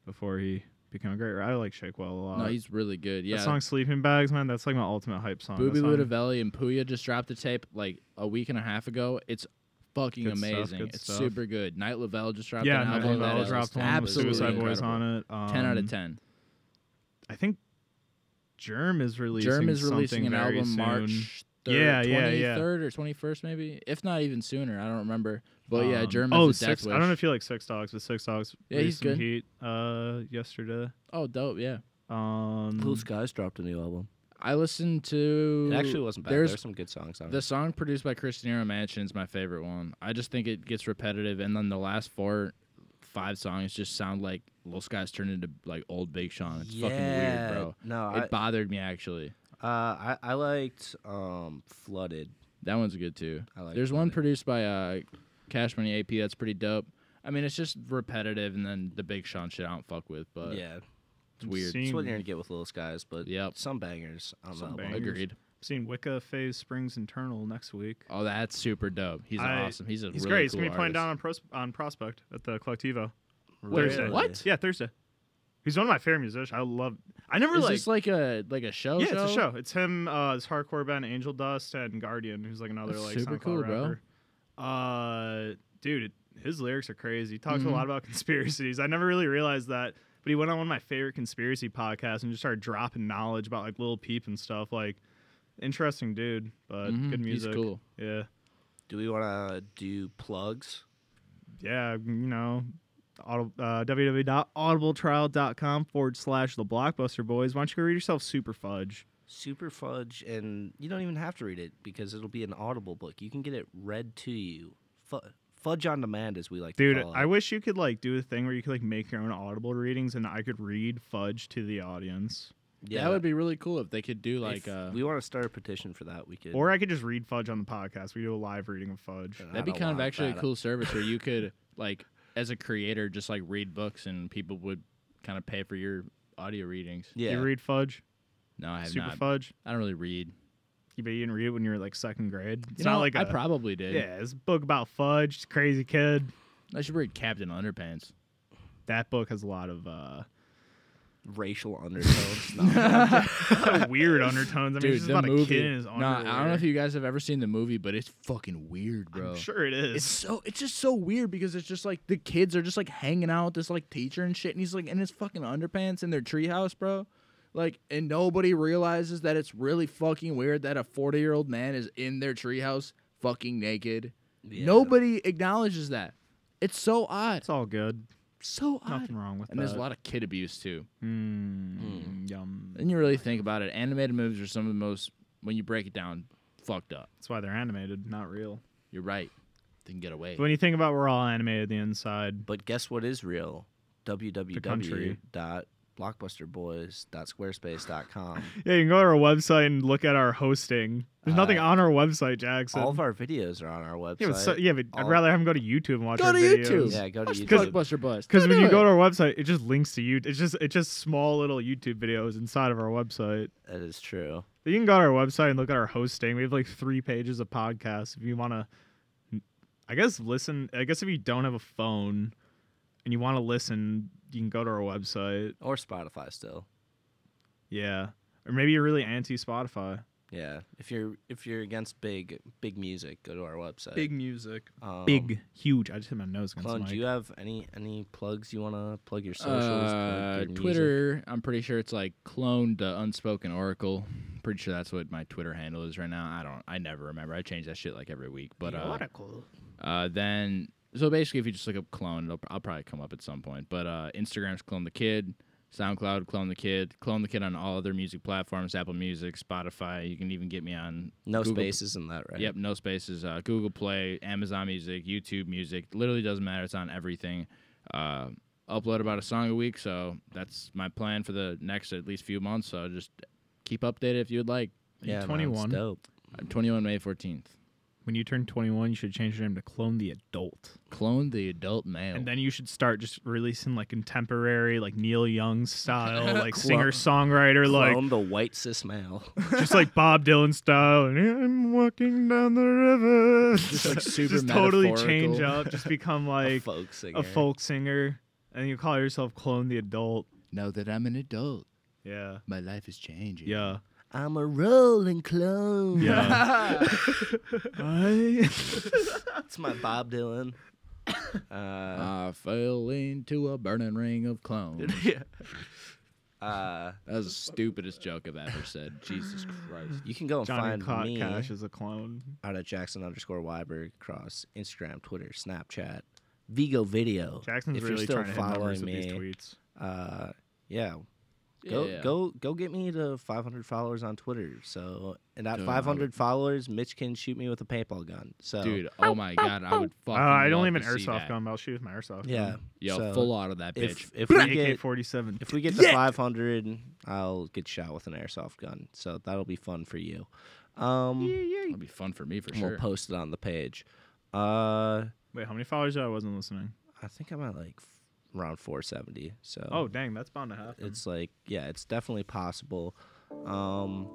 before he became a great. I like Shakewell a lot.
No, he's really good. Yeah,
That song "Sleeping Bags," man, that's like my ultimate hype song. That
Booby
song-
Ludovelli and Puya just dropped a tape like a week and a half ago. It's fucking
Good stuff,
amazing.
good
it's
stuff.
super good. Night Lavelle just dropped
yeah,
an
Night
album. that
Lavelle
is
dropped one with
absolutely
Suicide Boys
incredible.
on it. Um,
10 out of 10.
I think Germ is releasing
Germ is
something
releasing an
very
album
soon.
March 3rd,
Yeah,
23rd
yeah, yeah.
or 21st, maybe. If not even sooner. I don't remember. But yeah,
Um,
Germ
oh,
is a death
Six-
wish.
I don't know if you like Six Dogs, but Six Dogs
Yeah, he's
released some
good.
heat uh, yesterday.
oh, dope. Yeah.
Um,
Blue Skies dropped a new album.
I listened to.
It actually wasn't bad. There's,
There's
some good songs on
The
it.
song produced by Christina Manchin is my favorite one. I just think it gets repetitive, and then the last four, five songs just sound like Lil Skies turned into like old Big Sean. It's fucking weird,
No,
bro.
I,
it bothered me actually.
uh, I I liked um Flooded.
That one's good too.
I like
There's one
Flooded.
produced by uh, Cash Money AP that's pretty dope. I mean, it's just repetitive, and then the Big Sean shit I don't fuck with, but
yeah,
it's weird.
Seeing,
it's what you're gonna get with Little Skies, but
Yep.
some bangers on
Some
the album.
bangers.
Agreed.
seeing Wicca Phase Springs Internal next week.
Oh, that's super dope. He's
I-
awesome. He's a
He's
really
great. He's
cool
gonna be playing
artist.
down on, pros- on Prospect at the Collectivo
Really?
Thursday.
What?
Yeah, Thursday. He's one of my favorite musicians. I love. I never
Is
like.
this like a like a show?
yeah, it's a show. It's him, uh, this hardcore band Angel Dust and Guardian, who's like another
That's
like
super
SoundCloud
cool, bro.
rapper. Uh, dude, it, his lyrics are crazy. He talks
Mm-hmm.
a lot about conspiracies. I never really realized that, but he went on one of my favorite conspiracy podcasts and just started dropping knowledge about like little peep and stuff. Like, interesting dude, but
Mhm,
good
he's
music.
cool.
Yeah,
Do we want to do plugs?
yeah, you know. Audible, uh, www.audibletrial.com forward slash the blockbuster boys. Why don't you go read yourself Super Fudge?
Super Fudge, and you don't even have to read it because it'll be an audible book. You can get it read to you. Fu- Fudge on demand, as we like
Dude,
to call it.
I wish you could like do a thing where you could like make your own audible readings and I could read fudge to the audience.
that would be really cool if they could do like uh
we want to start a petition for that. We could.
Or I could just read fudge on the podcast. We do a live reading of fudge.
And I
that'd be
don't
kind of
want
actually
that.
a cool service where you could like as a creator just like read books and people would kind of pay for your audio readings.
Yeah.
You read fudge?
No, I have
Super
not.
fudge?
I don't really read.
You bet you didn't read it when you were like second grade. It's
You
not
know,
like
I
a
probably did.
Yeah, it's a book about fudge, it's a crazy kid.
I should read Captain Underpants.
That book has a lot of uh
racial undertones. No.
weird undertones. I mean
Dude,
it's just
the
about
movie.
a kid in his
Nah, I don't know
underwear.
if you guys have ever seen the movie, but it's fucking weird, bro.
I'm sure it is.
It's so it's just so weird because it's just like the kids are just like hanging out with this like teacher and shit, and he's like in his fucking underpants in their treehouse, bro. Like, and nobody realizes that it's really fucking weird that a forty year old man is in their treehouse fucking naked.
Yeah.
Nobody acknowledges that. It's so odd.
It's all good.
So odd.
Nothing wrong with
and
that.
there's Hmm. a lot of kid abuse too.
Mm, Yum.
And you really think about it, animated movies are some of the most when you break it down, fucked up.
That's why they're animated, not real.
You're right. They can get away.
When you think about we're all animated the inside.
but guess what is real?
country.
www.blockbusterboys.squarespace.com.
Yeah, you can go to our website and look at our hosting. There's nothing on our website, Jackson.
All of our videos are on our website.
yeah, but, so, yeah, but I'd
all-
rather have them go to YouTube and watch
Go
our
to
videos.
YouTube.
Yeah, go to
Because
YouTube.
Buster Bust.
Because when you go to our website, it just links to you. It's just it's just small little YouTube videos inside of our website.
That is true.
You can go to our website and look at our hosting. We have like three pages of podcasts. If you want to, I guess listen. I guess if you don't have a phone and you want to listen, you can go to our website.
Or Spotify still.
Yeah, or maybe you're really anti Spotify.
Yeah. If you're if you're against big big music, go to our website.
music.
Um,
Big, huge. I just hit my nose against the
Clone,
mic.
do you have any any plugs you want to plug your socials? plug
Uh,
your music?
Twitter, I'm pretty sure it's like cloned to unspoken oracle. Pretty sure that's what my Twitter handle is right now. I don't, I never remember. I change that shit like every week. But uh, uh, then, so basically, if you just look up clone, it'll, I'll probably come up at some point. But uh, Instagram's clone the kid, SoundCloud clone the kid, clone the kid on all other music platforms, Apple Music, Spotify. You can even get me on
No
Google-
spaces in that, right?
Yep, no spaces. Uh, Google Play, Amazon Music, YouTube Music. Literally doesn't matter. It's on everything. Uh, upload about a song a week, so that's my plan for the next at least few months. So just keep updated if you'd like.
Yeah, man, it's
21.
dope.
I'm 21 May 14th.
when you turn 21, you should change your name to Clone the Adult.
Clone the adult male.
And then you should start just releasing like contemporary, like Neil Young style, like singer songwriter,
Clone
like
the white cis male.
just like Bob Dylan style. And I'm walking down the river.
Just, like, super
Just totally
metaphorical.
change up. Just become
a
like
folk singer.
a folk singer. And you call yourself Clone the Adult.
now that I'm an adult,
Yeah.
my life is changing.
Yeah.
I'm a rolling clone.
Yeah.
I
That's my Bob Dylan. Uh,
fell into a burning ring of clones.
yeah. Uh,
That was the stupidest joke I've ever said. Jesus Christ.
you can go and
Johnny
find
Ca-
me
Cash is a clone.
out at Jackson underscore Weiberg across Instagram, Twitter, Snapchat, Vigo Video.
Jackson's
if
really
you're still
trying to hit numbers
following
with these
me,
tweets.
uh, yeah, Go
Yeah.
go go get me to 500 followers on Twitter. So and at
Dude,
500 followers, Mitch can shoot me with a paintball gun. So
Dude, oh my god, I would
Uh,
fucking.
I don't
love
even
to see
airsoft
that.
gun, but I'll shoot with my airsoft
yeah.
gun.
Yo,
so
um, full out of that bitch.
If if we
AK
get
forty seven.
if we get to 500, I'll get shot with an airsoft gun. So that'll be fun for you. Um,
It'll be fun for me for
we'll
sure.
post it on the page. Uh,
Wait, how many followers? did I I wasn't listening.
I think I'm at like f- around 470. So
Oh, dang, that's bound to happen.
it's like yeah it's definitely possible um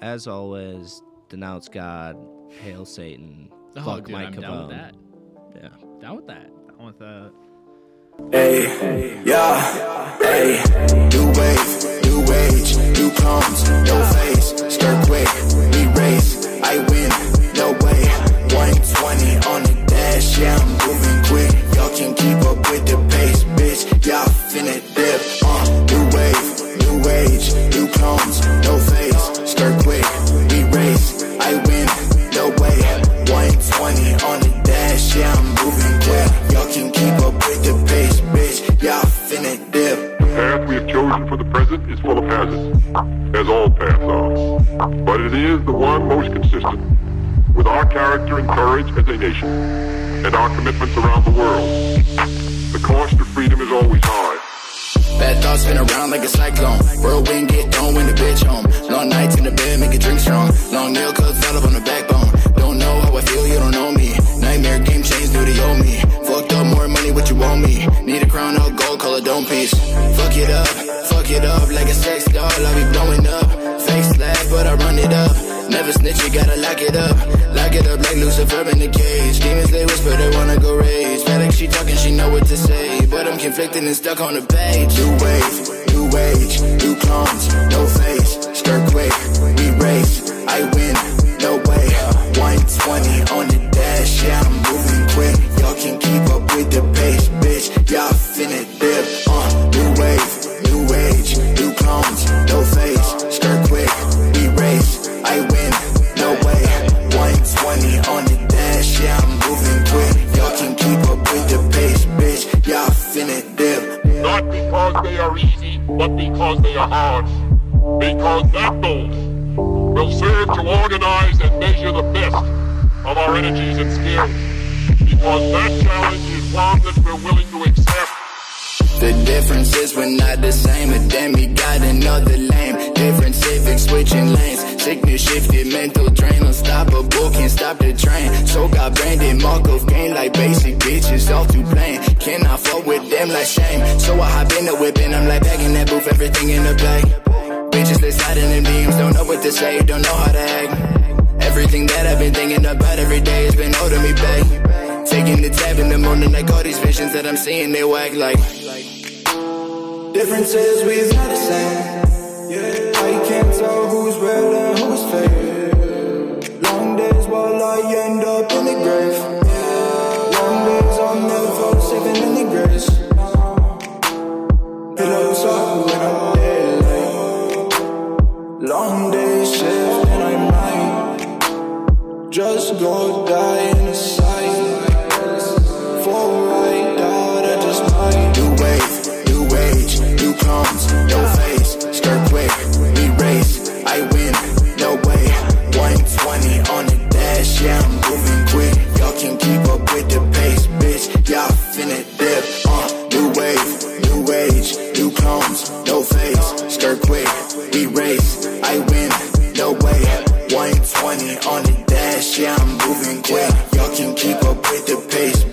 as always denounce god hail satan
oh,
fuck
dude,
Mike
I'm down with
Capone.
that.
yeah
Down with that.
I want that.
Hey, yeah, hey, new wave, new age, new clones, no face, skirt quick, we race, I win, no way, 120 on the dash, yeah, I'm moving quick. uh. Money on the dash, yeah, I'm moving quick. Y'all can keep up with the pace, bitch. Y'all finna dip.
The path we have chosen for the present is full of hazards, as all paths are. But it is the one most consistent with our character and courage as a nation and our commitments around the world. The cost of freedom is always high.
Bad thoughts spin around like a cyclone. Whirlwind get thrown when the bitch home. Long nights in the bed make a drink strong. Long nail cut fell up on the backbone. Don't know how I feel, you don't know me. Nightmare game change, do they owe me? Fucked up more money, what you owe me? Need a crown out gold, call it dome piece. Fuck it up, fuck it up like a sex doll. I be blowing up. Fake slack, but I run it up. Never snitch, you gotta lock it up. Lock it up like Lucifer in the cage. Demons they whisper, they wanna go rage. Feel like she talking, she know what to say. But I'm conflicted and stuck on the page. New wave, new age, new clones, no face. Skirt quick, we race. I win, no way. 120 on the dash, yeah, I'm moving quick. Y'all can keep up with the pace, bitch. Y'all finna dip. Uh, new wave, new age, new clones, no face. Skirt quick, we race. I win, no way. 120 on the dash, yeah, I'm moving quick. Y'all can keep up with the pace, bitch. Y'all finna dip.
Not because they are easy, but because they are hard. Because that goal will serve to organize and measure the best of our energies and skills. Because that challenge is one that we're willing to accept.
The difference is we're not the same, but then we got another lane. Different civic switching lanes. Sickness shifted, mental drain. Unstoppable, can't stop the train. So got branded, Markov game like basic bitches, all too plain. Can I fuck with them like shame? So I hop in the whip and I'm like bagging that booth, everything in the bag. Bitches, they sliding in DMs, don't know what to say, don't know how to act. Everything that I've been thinking about every day has been holding me back. Taking the tab in the morning, like all these visions that I'm seeing, they whack like. Differences we're not the same. I can't tell who's real and who's fake. Long days while I end up in the grave. Long days I'm never saving any grace. Pillows up when I'm dead. late. Long days shift and I might just go die in the sight. For I doubt I just might. New wave, new age, new clones, no face. Skirt quick, we race. I win, no way. 120 on the dash, yeah, I'm moving quick. Y'all can keep up with the pace, bitch. Y'all finna dip. Uh, new wave, new age, new clones, no face. Skirt quick, we race. I win, no way. 120 on the dash, yeah, I'm moving quick. Y'all can keep up with the pace,